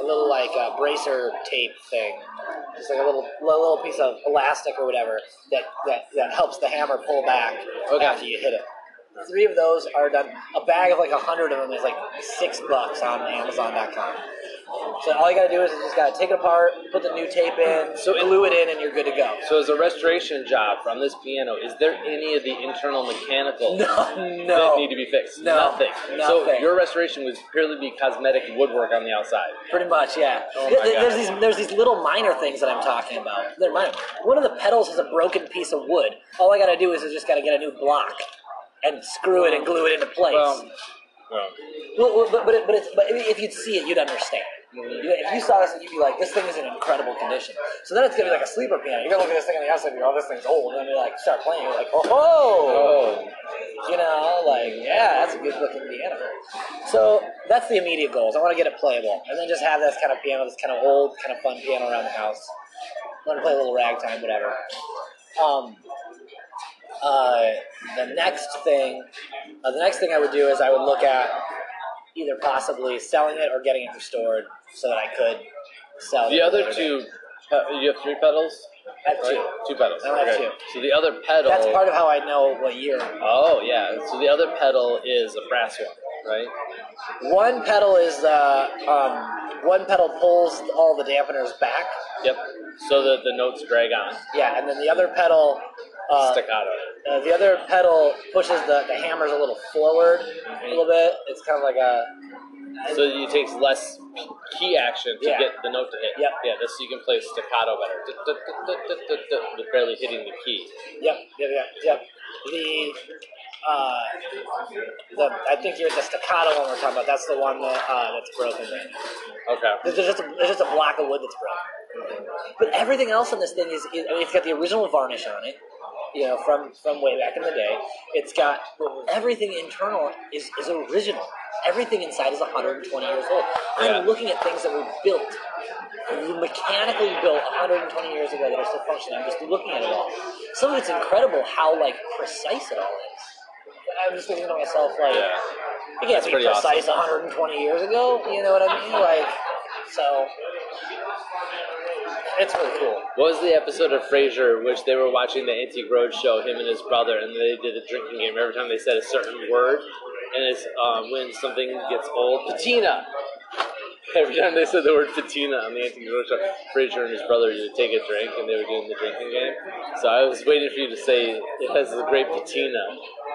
[SPEAKER 3] a little like uh bracer tape thing. It's like a little little piece of elastic or whatever that that, that helps the hammer pull back
[SPEAKER 5] Okay.
[SPEAKER 3] after you hit it. Three of those are done. A bag of like a hundred of them is like six bucks on Amazon.com. So all you gotta do is you just gotta take it apart, put the new tape in, so glue it in, and you're good to go.
[SPEAKER 5] So, as a restoration job from this piano, is there any of the internal mechanical
[SPEAKER 3] No,
[SPEAKER 5] that
[SPEAKER 3] no.
[SPEAKER 5] need to be fixed?
[SPEAKER 3] No.
[SPEAKER 5] nothing. So,
[SPEAKER 3] Nothing.
[SPEAKER 5] your restoration would purely be cosmetic woodwork on the outside.
[SPEAKER 3] Pretty much, yeah.
[SPEAKER 5] Oh my
[SPEAKER 3] There- there's
[SPEAKER 5] God.
[SPEAKER 3] these there's these little minor things that I'm talking about. They're minor. One of the pedals has a broken piece of wood. All I gotta do is I just gotta get a new block and screw it and glue it into place.
[SPEAKER 5] Well, well,
[SPEAKER 3] Well, well, but but, it, but, it's, but if you'd see it, you'd understand. You- If you saw this, you'd be like, "This thing is in incredible condition." So then it's gonna be like a sleeper piano. You're gonna look at this thing on the outside, and you're, "Oh, this thing's old," and then you like start playing. You're like, "Oh,
[SPEAKER 5] oh,
[SPEAKER 3] you know, like, yeah, that's a good looking piano. So that's the immediate goals. I want to get it playable, and then just have this kind of piano, this kind of old, kind of fun piano around the house. Let it play a little ragtime, whatever. Um, uh, the next thing, uh, the next thing I would do is I would look at either possibly selling it or getting it restored, so that I could sell. it
[SPEAKER 5] the other
[SPEAKER 3] later.
[SPEAKER 5] two. pe- You have three pedals.
[SPEAKER 3] I have
[SPEAKER 5] right?
[SPEAKER 3] two.
[SPEAKER 5] Two pedals.
[SPEAKER 3] I have
[SPEAKER 5] okay.
[SPEAKER 3] two.
[SPEAKER 5] So the other pedal.
[SPEAKER 3] That's part of how I know what year
[SPEAKER 5] Oh yeah. So the other pedal is a brass one, right?
[SPEAKER 3] One pedal is uh, um, one pedal pulls all the dampeners back.
[SPEAKER 5] Yep. So that the notes drag on.
[SPEAKER 3] Yeah, and then the other pedal, uh,
[SPEAKER 5] Staccato.
[SPEAKER 3] uh, the other pedal pushes the, the hammers a little forward a little bit. It's kind of like a
[SPEAKER 5] So it takes less key action to
[SPEAKER 3] Yeah.
[SPEAKER 5] get the note to hit.
[SPEAKER 3] Yep.
[SPEAKER 5] Yeah, this you can play staccato better. Duh, duh, duh, duh, duh, duh, duh, With barely hitting the key.
[SPEAKER 3] yep yep yep yep. The uh, the I think you're the staccato one we're talking about. That's the one that uh, that's broken right now.
[SPEAKER 5] Okay.
[SPEAKER 3] There's there's just a, there's just a block of wood that's broken. But everything else on this thing is, is I mean, it's got the original varnish on it, you know, from from way back in the day. It's got everything internal is is original. Everything inside is 120 years old.
[SPEAKER 5] Yeah.
[SPEAKER 3] I'm looking at things that were built, mechanically built 120 years ago that are still functioning. I'm just looking at it all. Some of it's incredible how like precise it all is. I'm just thinking to myself like.
[SPEAKER 5] Yeah.
[SPEAKER 3] You can't
[SPEAKER 5] That's
[SPEAKER 3] be
[SPEAKER 5] pretty
[SPEAKER 3] precise 120 years ago. You know what I mean? Like, so it's really cool.
[SPEAKER 5] What was the episode of Frasier in which they were watching the Antique Road show, him and his brother, and they did a drinking game every time they said a certain word, and it's um, when something gets old, patina. Every time they said the word patina on the Antique Road show, Frasier and his brother would take a drink, and they were doing the drinking game. So I was waiting for you to say it has a great patina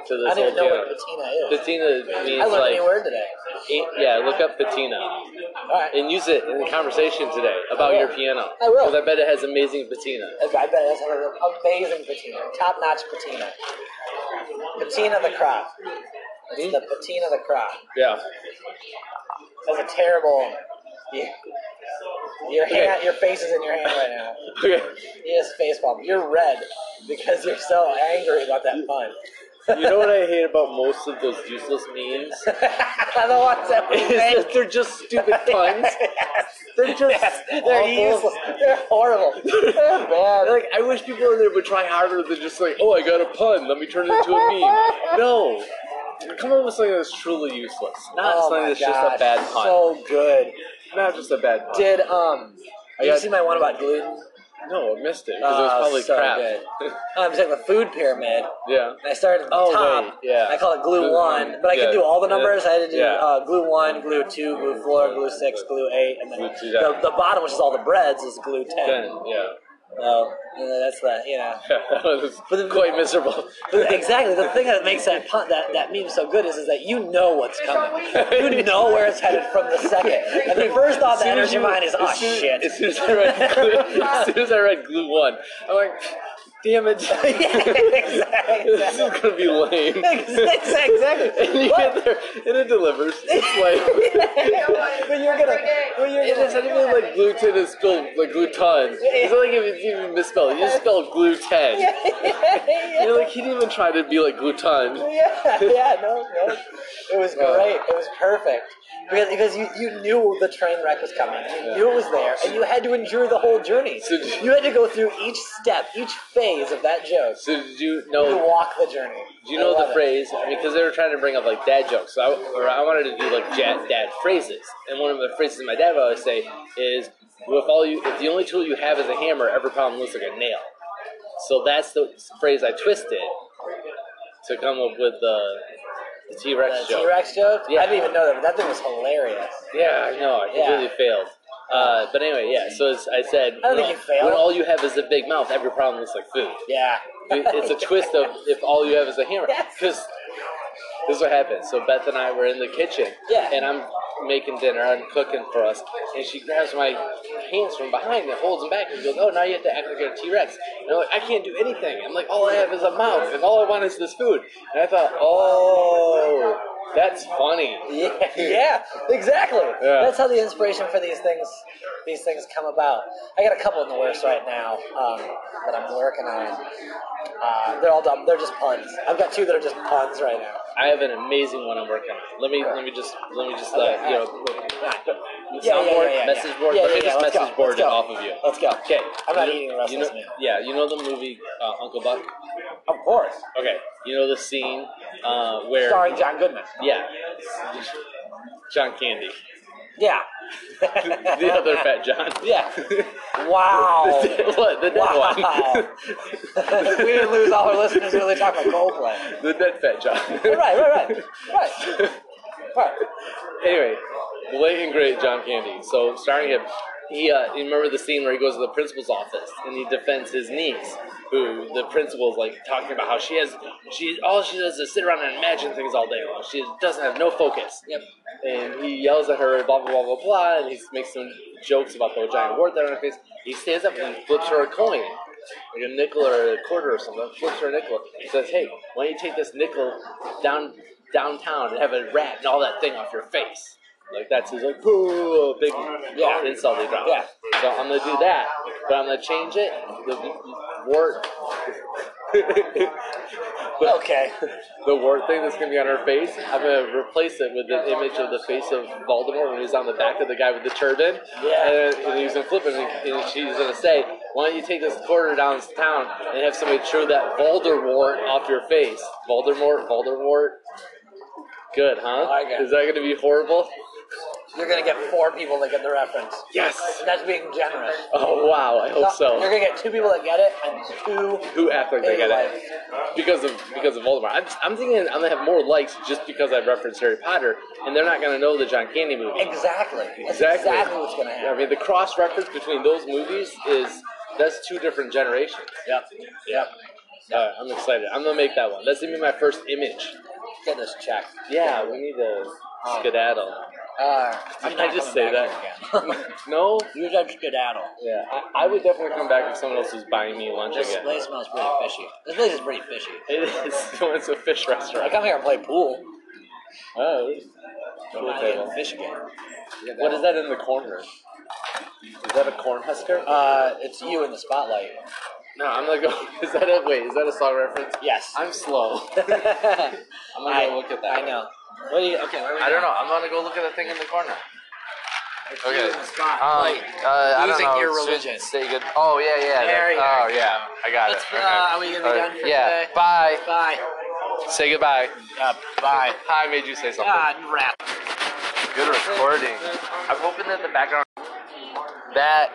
[SPEAKER 5] to
[SPEAKER 3] I don't
[SPEAKER 5] this whole
[SPEAKER 3] even know what
[SPEAKER 5] piano.
[SPEAKER 3] patina is.
[SPEAKER 5] Patina means
[SPEAKER 3] I learned
[SPEAKER 5] like
[SPEAKER 3] a new word today.
[SPEAKER 5] eight- yeah, look up patina
[SPEAKER 3] All right.
[SPEAKER 5] and use it in the conversation today about
[SPEAKER 3] I will.
[SPEAKER 5] your piano.
[SPEAKER 3] I will.
[SPEAKER 5] 'Cause I bet it has amazing patina.
[SPEAKER 3] I bet that's amazing patina, top notch patina. Patina the crop.
[SPEAKER 5] Hmm?
[SPEAKER 3] It's the patina the crop.
[SPEAKER 5] Yeah.
[SPEAKER 3] That's a terrible. Yeah. Your
[SPEAKER 5] Okay.
[SPEAKER 3] hand, your face is in your hand right now.
[SPEAKER 5] Okay.
[SPEAKER 3] Yes, face palm. You're red because you're so angry about that pun.
[SPEAKER 5] You know what I hate about most of those useless memes?
[SPEAKER 3] the ones that we
[SPEAKER 5] Is
[SPEAKER 3] make.
[SPEAKER 5] that they're just stupid puns. They're just
[SPEAKER 3] They're useless. They're horrible. They're bad.
[SPEAKER 5] Like I wish people in there would try harder than just like, oh, I got a pun. Let me turn it into a meme. No, come up with something that's truly useless. Not
[SPEAKER 3] Oh
[SPEAKER 5] something
[SPEAKER 3] my
[SPEAKER 5] that's just
[SPEAKER 3] gosh,
[SPEAKER 5] a bad pun.
[SPEAKER 3] So good.
[SPEAKER 5] Not just a bad pun.
[SPEAKER 3] Did um,
[SPEAKER 5] I
[SPEAKER 3] you
[SPEAKER 5] got-
[SPEAKER 3] see my one about gluten?
[SPEAKER 5] No, I missed it because it
[SPEAKER 3] Oh,
[SPEAKER 5] was probably
[SPEAKER 3] so
[SPEAKER 5] crap.
[SPEAKER 3] good. I'm saying the food pyramid.
[SPEAKER 5] yeah.
[SPEAKER 3] And I started at the
[SPEAKER 5] Oh,
[SPEAKER 3] top.
[SPEAKER 5] wait, yeah.
[SPEAKER 3] I call it glue,
[SPEAKER 5] Glue
[SPEAKER 3] one,
[SPEAKER 5] one,
[SPEAKER 3] but I
[SPEAKER 5] yeah,
[SPEAKER 3] could do all the numbers.
[SPEAKER 5] yeah,
[SPEAKER 3] I had to do
[SPEAKER 5] yeah.
[SPEAKER 3] uh, glue one, glue two, glue four, glue six, glue eight, and then
[SPEAKER 5] Glue two,
[SPEAKER 3] the,
[SPEAKER 5] yeah.
[SPEAKER 3] the bottom, which is all the breads, is glue ten.
[SPEAKER 5] Then, yeah.
[SPEAKER 3] So, you know, that's the you know.
[SPEAKER 5] that was
[SPEAKER 3] But-
[SPEAKER 5] quite miserable.
[SPEAKER 3] But exactly. The thing that makes that pun, that, that meme so good is, is that you know what's coming. You know where it's headed from the second. And the first thought that enters your mind is, oh,
[SPEAKER 5] as soon,
[SPEAKER 3] shit.
[SPEAKER 5] As soon as I read glue, as soon as I read glue one, I'm like, damn it, this
[SPEAKER 3] exactly.
[SPEAKER 5] is gonna be lame. And
[SPEAKER 3] exactly.
[SPEAKER 5] you
[SPEAKER 3] What?
[SPEAKER 5] get there, and it delivers. It's like
[SPEAKER 3] When you're gonna, when you're
[SPEAKER 5] it doesn't
[SPEAKER 3] gonna,
[SPEAKER 5] even like gluten is spelled like gluten. It's not like if you even misspell it. You just spelled gluten. You're like he didn't even try to be like gluten.
[SPEAKER 3] yeah, yeah, no, no. It was great. It was perfect. Because, because you, you knew the train wreck was coming. You knew it was there, and you had to endure the whole journey.
[SPEAKER 5] So did-
[SPEAKER 3] You had to go through each step, each phase of that joke.
[SPEAKER 5] So did you
[SPEAKER 3] You
[SPEAKER 5] know?
[SPEAKER 3] walk the journey.
[SPEAKER 5] Do you
[SPEAKER 3] I
[SPEAKER 5] know
[SPEAKER 3] love
[SPEAKER 5] the
[SPEAKER 3] it.
[SPEAKER 5] phrase? I mean, because they were trying to bring up like dad jokes. So I, or I wanted to do like dad, dad phrases. And one of the phrases my dad would always say is, well, "If all you, if the only tool you have is a hammer, every problem looks like a nail." So that's the phrase I twisted to come up with the, the T Rex
[SPEAKER 3] T
[SPEAKER 5] joke.
[SPEAKER 3] Rex joke?
[SPEAKER 5] Yeah.
[SPEAKER 3] I didn't even know that, but that thing was hilarious.
[SPEAKER 5] Yeah, I know. I
[SPEAKER 3] Yeah.
[SPEAKER 5] completely failed. Uh, but anyway, yeah. So as I said,
[SPEAKER 3] I don't
[SPEAKER 5] when
[SPEAKER 3] think
[SPEAKER 5] all-
[SPEAKER 3] you failed.
[SPEAKER 5] when all you have is a big mouth, every problem looks like food.
[SPEAKER 3] Yeah.
[SPEAKER 5] It's a twist of if all you have is a hammer. Because this is what happened. So Beth and I were in the kitchen,
[SPEAKER 3] Yeah.
[SPEAKER 5] and I'm making dinner, I'm cooking for us, and she grabs my hands from behind and holds them back and goes, "Oh, now you have to act like a T-Rex." And I'm like, "I can't do anything." I'm like, "All I have is a mouth, and all I want is this food." And I thought, "Oh, that's funny."
[SPEAKER 3] Yeah, yeah, exactly.
[SPEAKER 5] Yeah.
[SPEAKER 3] That's how the inspiration for these things, these things come about. I got a couple in the works right now um, that I'm working on. Uh, they're all dumb. They're just puns. I've got two that are just puns right now.
[SPEAKER 5] I have an amazing one I'm working on. Let me let me just let me just uh,
[SPEAKER 3] Okay,
[SPEAKER 5] you know
[SPEAKER 3] Yeah, yeah,
[SPEAKER 5] soundboard,
[SPEAKER 3] yeah, yeah, yeah.
[SPEAKER 5] message board.
[SPEAKER 3] Yeah,
[SPEAKER 5] let
[SPEAKER 3] yeah,
[SPEAKER 5] me
[SPEAKER 3] yeah,
[SPEAKER 5] just
[SPEAKER 3] let's go,
[SPEAKER 5] message board
[SPEAKER 3] let's
[SPEAKER 5] it
[SPEAKER 3] go.
[SPEAKER 5] off of you.
[SPEAKER 3] Let's go.
[SPEAKER 5] Okay.
[SPEAKER 3] I'm not
[SPEAKER 5] You know-
[SPEAKER 3] eating the rest
[SPEAKER 5] you
[SPEAKER 3] of
[SPEAKER 5] know,
[SPEAKER 3] this meal.
[SPEAKER 5] Yeah, you know the movie uh, Uncle Buck.
[SPEAKER 3] Of course.
[SPEAKER 5] Okay. You know the scene uh, where
[SPEAKER 3] Starring John Goodman.
[SPEAKER 5] yeah, John Candy,
[SPEAKER 3] Yeah.
[SPEAKER 5] the other fat John.
[SPEAKER 3] Yeah. Wow.
[SPEAKER 5] what the dead
[SPEAKER 3] Wow. we didn't lose all our listeners who really talk about Coldplay.
[SPEAKER 5] one, the dead fat John.
[SPEAKER 3] Right, right, right, right, right.
[SPEAKER 5] anyway, the late and great John Candy. So starring him, he uh, you remember the scene where he goes to the principal's office and he defends his niece, who the principal's like talking about how she has she all she does is sit around and imagine things all day long. She doesn't have no focus. Yep. And he yells at her, blah blah blah blah blah, and he makes some jokes about the giant wart there on her face. He stands up and flips her a coin like a nickel or a quarter or something, flips her a nickel, and says, "Hey, why don't you take this nickel down downtown and have a rat and all that thing off your face?" Like that's his like boo big yeah. insult they drop.
[SPEAKER 3] Yeah.
[SPEAKER 5] So I'm gonna do that, but I'm gonna change it. The wart,
[SPEAKER 3] Okay.
[SPEAKER 5] the wart thing that's gonna be on her face, I'm gonna replace it with an image of the face of Voldemort when he's on the back of the guy with the turban.
[SPEAKER 3] Yeah.
[SPEAKER 5] And, and he's gonna flip it, and, and she's gonna say, "Why don't you take this quarter downtown and have somebody chew that Voldemort off your face? Voldemort, Voldemort. Good, huh?
[SPEAKER 3] like it.
[SPEAKER 5] Is that gonna be horrible?
[SPEAKER 3] You're gonna get four people that get the reference.
[SPEAKER 5] Yes.
[SPEAKER 3] That's being generous.
[SPEAKER 5] Oh wow, I hope so.
[SPEAKER 3] You're gonna get two people that get it and two.
[SPEAKER 5] who act like they
[SPEAKER 3] Hey,
[SPEAKER 5] get
[SPEAKER 3] like-
[SPEAKER 5] it because of because of Voldemort. I'm, I'm thinking I'm gonna have more likes just because I referenced Harry Potter, and they're not gonna know the John Candy movie.
[SPEAKER 3] Exactly. That's
[SPEAKER 5] Exactly.
[SPEAKER 3] exactly what's gonna happen.
[SPEAKER 5] I mean, the cross reference between those movies is that's two different generations.
[SPEAKER 3] Yep. Yep.
[SPEAKER 5] All right, I'm excited. I'm gonna make that one. That's gonna be my first image.
[SPEAKER 3] Get this checked.
[SPEAKER 5] Yeah, we need to skedaddle.
[SPEAKER 3] Uh,
[SPEAKER 5] Did I just say that? no.
[SPEAKER 3] You said skedaddle.
[SPEAKER 5] Yeah, I, I would definitely come back if someone else was buying me lunch
[SPEAKER 3] This
[SPEAKER 5] again.
[SPEAKER 3] place smells pretty fishy. This place is pretty fishy.
[SPEAKER 5] It is. It's a fish
[SPEAKER 3] I
[SPEAKER 5] restaurant.
[SPEAKER 3] come here and play pool.
[SPEAKER 5] Oh. it is.
[SPEAKER 3] I'm
[SPEAKER 5] Pool
[SPEAKER 3] not
[SPEAKER 5] table.
[SPEAKER 3] getting fish again.
[SPEAKER 5] What is that in the corner? Is that a corn husker?
[SPEAKER 3] Uh, it's you in the spotlight.
[SPEAKER 5] No, I'm gonna go. Is that a wait? Is that a song reference?
[SPEAKER 3] Yes.
[SPEAKER 5] I'm slow.
[SPEAKER 3] I'm gonna
[SPEAKER 5] go look at that.
[SPEAKER 3] I know. What do you? Okay. Where
[SPEAKER 5] I don't know. I'm gonna go look at the thing in the corner.
[SPEAKER 4] Okay.
[SPEAKER 5] Um,
[SPEAKER 3] Spotlight.
[SPEAKER 4] Uh, I
[SPEAKER 3] Losing
[SPEAKER 4] don't know.
[SPEAKER 3] your
[SPEAKER 4] Should
[SPEAKER 3] religion.
[SPEAKER 4] Say good. Oh yeah, yeah.
[SPEAKER 3] There you
[SPEAKER 4] that, oh
[SPEAKER 3] go.
[SPEAKER 4] yeah. I got
[SPEAKER 3] Let's,
[SPEAKER 4] it. Okay.
[SPEAKER 3] uh, are we gonna be
[SPEAKER 4] All
[SPEAKER 3] done for
[SPEAKER 4] yeah.
[SPEAKER 3] today?
[SPEAKER 4] Bye.
[SPEAKER 3] Bye.
[SPEAKER 4] Say goodbye.
[SPEAKER 3] Uh, bye.
[SPEAKER 4] Hi, made you say something.
[SPEAKER 3] God, wrap.
[SPEAKER 4] Good recording. I'm hoping that the background. That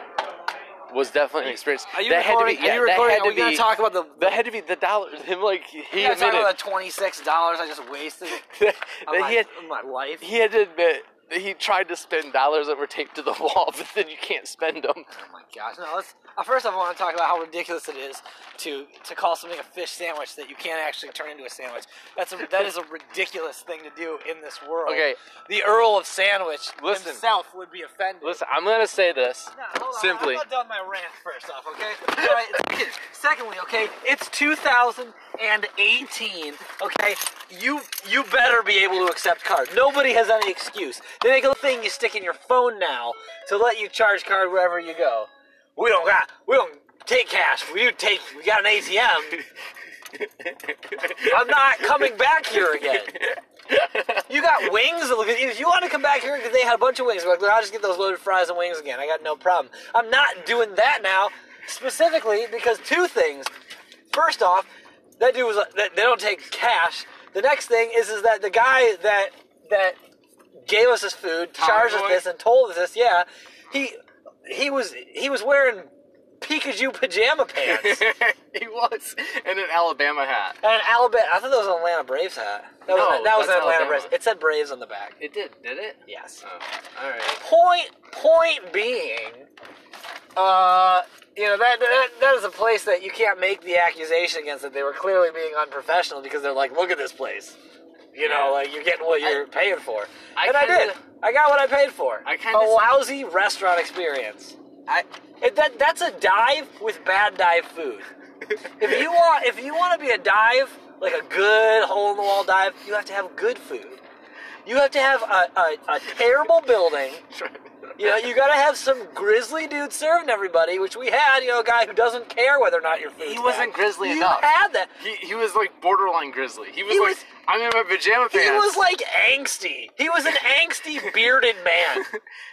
[SPEAKER 4] was definitely an experience.
[SPEAKER 3] Are you
[SPEAKER 4] that
[SPEAKER 3] recording?
[SPEAKER 4] Had to be, yeah,
[SPEAKER 3] are you recording?
[SPEAKER 4] That had to
[SPEAKER 3] are we
[SPEAKER 4] be,
[SPEAKER 3] gonna talk about the?
[SPEAKER 4] That had to be the dollar. Him like he
[SPEAKER 3] Yeah, talk
[SPEAKER 4] admitted.
[SPEAKER 3] about the twenty-six dollars I just wasted.
[SPEAKER 4] that
[SPEAKER 3] on my,
[SPEAKER 4] he had
[SPEAKER 3] on my life.
[SPEAKER 4] he had to admit that he tried to spend dollars that were taped to the wall, but then you can't spend them.
[SPEAKER 3] Oh my gosh! No, let's. Uh, first, I want to talk about how ridiculous it is to to call something a fish sandwich that you can't actually turn into a sandwich. That's a, that is a ridiculous thing to do in this world.
[SPEAKER 4] Okay.
[SPEAKER 3] The Earl of Sandwich
[SPEAKER 4] Listen.
[SPEAKER 3] himself would be offended.
[SPEAKER 4] Listen, I'm gonna say this
[SPEAKER 3] No, hold on.
[SPEAKER 4] simply.
[SPEAKER 3] I'm not done my rant first off, okay? All right. second- Secondly, okay, it's 2018, okay? You you better be able to accept card. Nobody has any excuse. They make a little thing you stick in your phone now to let you charge card wherever you go. We don't got we don't take cash. We take we got an ATM. I'm not coming back here again. You got wings? Look, If you want to come back here, because they had a bunch of wings. Like, I'll just get those loaded fries and wings again. I got no problem. I'm not doing that now, specifically because two things. First off, that dude was like, they they don't take cash. The next thing is is that the guy that that gave us this food, charged us
[SPEAKER 4] boy?
[SPEAKER 3] this, and told us this, yeah, he he was he was wearing Pikachu pajama pants
[SPEAKER 5] he was in an Alabama hat.
[SPEAKER 3] and an Alabama. I thought that was an Atlanta Braves hat. That was,
[SPEAKER 5] No,
[SPEAKER 3] that was an
[SPEAKER 5] that's
[SPEAKER 3] Atlanta
[SPEAKER 5] Alabama.
[SPEAKER 3] Braves. It said Braves on the back.
[SPEAKER 5] It did, did it?
[SPEAKER 3] Yes.
[SPEAKER 5] Oh, all right.
[SPEAKER 3] Point point being, uh, you know that, that that is a place that you can't make the accusation against that they were clearly being unprofessional because they're like, look at this place. You know,
[SPEAKER 5] Yeah.
[SPEAKER 3] like you're getting what you're paying for,
[SPEAKER 5] I
[SPEAKER 3] and I did.
[SPEAKER 5] kinda-
[SPEAKER 3] I got what I paid for.
[SPEAKER 5] I kinda-
[SPEAKER 3] a lousy restaurant experience.
[SPEAKER 5] I
[SPEAKER 3] It, that that's a dive with bad dive food. if you want, if you want to be a dive, like a good hole in the wall dive, you have to have good food. You have to have a, a, a terrible building. You know, you gotta have some grizzly dude serving everybody, which we had. You know, a guy who doesn't care whether or not your food.
[SPEAKER 5] He wasn't grizzly
[SPEAKER 3] you
[SPEAKER 5] enough.
[SPEAKER 3] had that.
[SPEAKER 5] he, he was like borderline grizzly. He was
[SPEAKER 3] He
[SPEAKER 5] like
[SPEAKER 3] was-
[SPEAKER 5] I'm in my pajama
[SPEAKER 3] He
[SPEAKER 5] pants.
[SPEAKER 3] was like angsty. He was an angsty bearded man.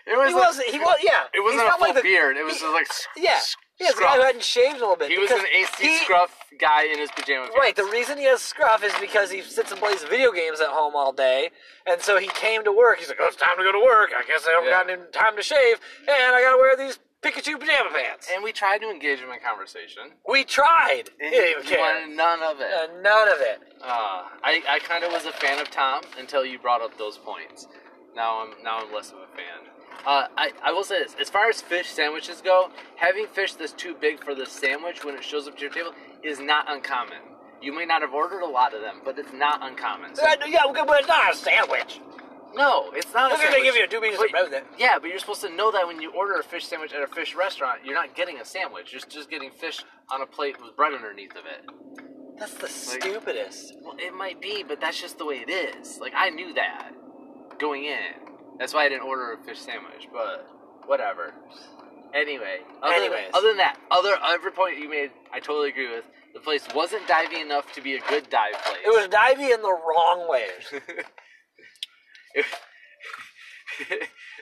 [SPEAKER 5] it was
[SPEAKER 3] He
[SPEAKER 5] like-
[SPEAKER 3] wasn't. He was. Yeah.
[SPEAKER 5] It
[SPEAKER 3] He's
[SPEAKER 5] wasn't a
[SPEAKER 3] not
[SPEAKER 5] full
[SPEAKER 3] like the-
[SPEAKER 5] beard. It was just like s-
[SPEAKER 3] Yeah.
[SPEAKER 5] s-
[SPEAKER 3] Yeah, it's a guy who
[SPEAKER 5] scruff.
[SPEAKER 3] hadn't shaved in a little bit.
[SPEAKER 5] He was
[SPEAKER 3] because
[SPEAKER 5] an AC
[SPEAKER 3] he-
[SPEAKER 5] scruff guy in his pajama pants.
[SPEAKER 3] Right, the reason he has scruff is because he sits and plays video games at home all day, and so he came to work. He's like, "Oh, it's time to go to work. I guess I don't
[SPEAKER 5] Yeah.
[SPEAKER 3] got any time to shave, and I gotta wear these Pikachu pajama pants."
[SPEAKER 5] And we tried to engage him in conversation.
[SPEAKER 3] we tried. He
[SPEAKER 5] And
[SPEAKER 3] didn't even
[SPEAKER 5] he
[SPEAKER 3] care.
[SPEAKER 5] wanted none of it.
[SPEAKER 3] Uh, none of it.
[SPEAKER 5] Uh, I, I kind of was a fan of Tom until you brought up those points. Now I'm now I'm less of a fan. Uh, I, I will say this: as far as fish sandwiches go, having fish that's too big for the sandwich when it shows up to your table is not uncommon. You may not have ordered a lot of them, but it's not uncommon. So-
[SPEAKER 3] Uh, yeah, but it's not a sandwich.
[SPEAKER 5] no, it's not.
[SPEAKER 3] Look
[SPEAKER 5] a
[SPEAKER 3] at
[SPEAKER 5] sandwich.
[SPEAKER 3] they give you a two piece
[SPEAKER 5] But-
[SPEAKER 3] of it.
[SPEAKER 5] Yeah, but you're supposed to know that when you order a fish sandwich at a fish restaurant, you're not getting a sandwich. You're just getting fish on a plate with bread underneath of it.
[SPEAKER 3] That's the stupidest.
[SPEAKER 5] Well, it might be, but that's just the way it is. Like I knew that going in. That's why I didn't order a fish sandwich, but whatever. Anyway, other,
[SPEAKER 3] Anyways.
[SPEAKER 5] other than that, other every point you made, I totally agree with. The place wasn't divey enough to be a good dive place.
[SPEAKER 3] It was divey in the wrong ways.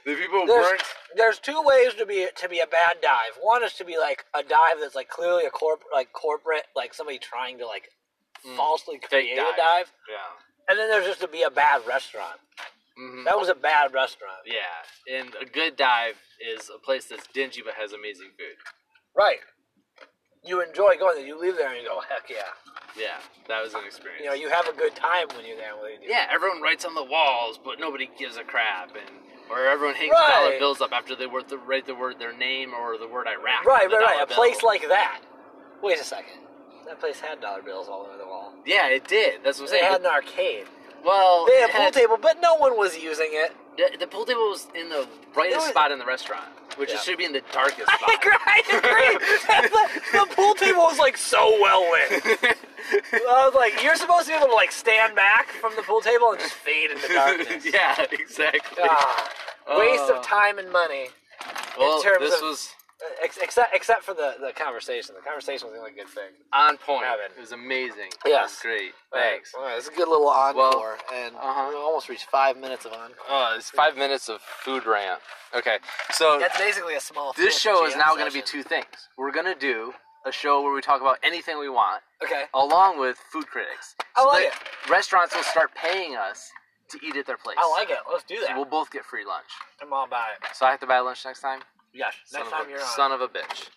[SPEAKER 5] the people
[SPEAKER 3] There's,
[SPEAKER 5] weren't.
[SPEAKER 3] there's two ways to be to be a bad dive. One is to be like a dive that's like clearly a corp like corporate like somebody trying to like falsely create
[SPEAKER 5] dive.
[SPEAKER 3] a Mm. dive.
[SPEAKER 5] Yeah.
[SPEAKER 3] And then there's just to be a bad restaurant.
[SPEAKER 5] Mhm.
[SPEAKER 3] That was a bad restaurant.
[SPEAKER 5] Yeah, and a good dive is a place that's dingy but has amazing food.
[SPEAKER 3] Right. You enjoy going there. You leave there and you go, heck yeah.
[SPEAKER 5] Yeah, that was an experience.
[SPEAKER 3] You know, you have a good time when you're there. When you do.
[SPEAKER 5] yeah, everyone writes on the walls, but nobody gives a crap, and or everyone hangs
[SPEAKER 3] Right.
[SPEAKER 5] dollar bills up after they word the, write the word their name or the word Iraq.
[SPEAKER 3] Right,
[SPEAKER 5] on the
[SPEAKER 3] right, right.
[SPEAKER 5] dollar
[SPEAKER 3] A place
[SPEAKER 5] bill.
[SPEAKER 3] like that. Wait a second. That place had dollar bills all over the wall.
[SPEAKER 5] yeah, it did. That's what I'm
[SPEAKER 3] They
[SPEAKER 5] saying.
[SPEAKER 3] had an arcade.
[SPEAKER 5] well,
[SPEAKER 3] They had
[SPEAKER 5] it
[SPEAKER 3] a pool
[SPEAKER 5] had-
[SPEAKER 3] table, but no one was using it.
[SPEAKER 5] The, the pool table was in the
[SPEAKER 3] It
[SPEAKER 5] brightest
[SPEAKER 3] was-
[SPEAKER 5] spot in the restaurant, which
[SPEAKER 3] Yeah.
[SPEAKER 5] it should be in the darkest spot.
[SPEAKER 3] I agree. I agree. the, the pool table was like so well lit. I was like, you're supposed to be able to like stand back from the pool table and just fade into darkness.
[SPEAKER 5] yeah, exactly.
[SPEAKER 3] Ah, waste
[SPEAKER 5] Uh,
[SPEAKER 3] of time and money.
[SPEAKER 5] well,
[SPEAKER 3] terms
[SPEAKER 5] this
[SPEAKER 3] of- uh,
[SPEAKER 5] was
[SPEAKER 3] Ex- except except for the, the conversation. The conversation was the only good thing.
[SPEAKER 5] on point.
[SPEAKER 3] Evan.
[SPEAKER 5] It was amazing.
[SPEAKER 3] Yes.
[SPEAKER 5] It was great. Thanks.
[SPEAKER 3] All right, it's a good little encore, and
[SPEAKER 5] uh-huh.
[SPEAKER 3] we almost reached five minutes of encore.
[SPEAKER 5] Oh, it's five minutes of food rant. Okay, so
[SPEAKER 3] That's basically a small.
[SPEAKER 5] this
[SPEAKER 3] fish
[SPEAKER 5] show is
[SPEAKER 3] jam
[SPEAKER 5] now going to be
[SPEAKER 3] session.
[SPEAKER 5] two things. We're going to do a show where we talk about anything we want,
[SPEAKER 3] Okay.
[SPEAKER 5] along with food critics.
[SPEAKER 3] I like
[SPEAKER 5] that Restaurants will start paying us to eat at their place.
[SPEAKER 3] I like it. Let's do
[SPEAKER 5] So
[SPEAKER 3] that.
[SPEAKER 5] we'll both get free lunch.
[SPEAKER 3] I'm all about it.
[SPEAKER 5] So I have to buy lunch next time.
[SPEAKER 3] Yes.
[SPEAKER 5] Son
[SPEAKER 3] Next
[SPEAKER 5] of a-
[SPEAKER 3] time you're on.
[SPEAKER 5] Son of a bitch.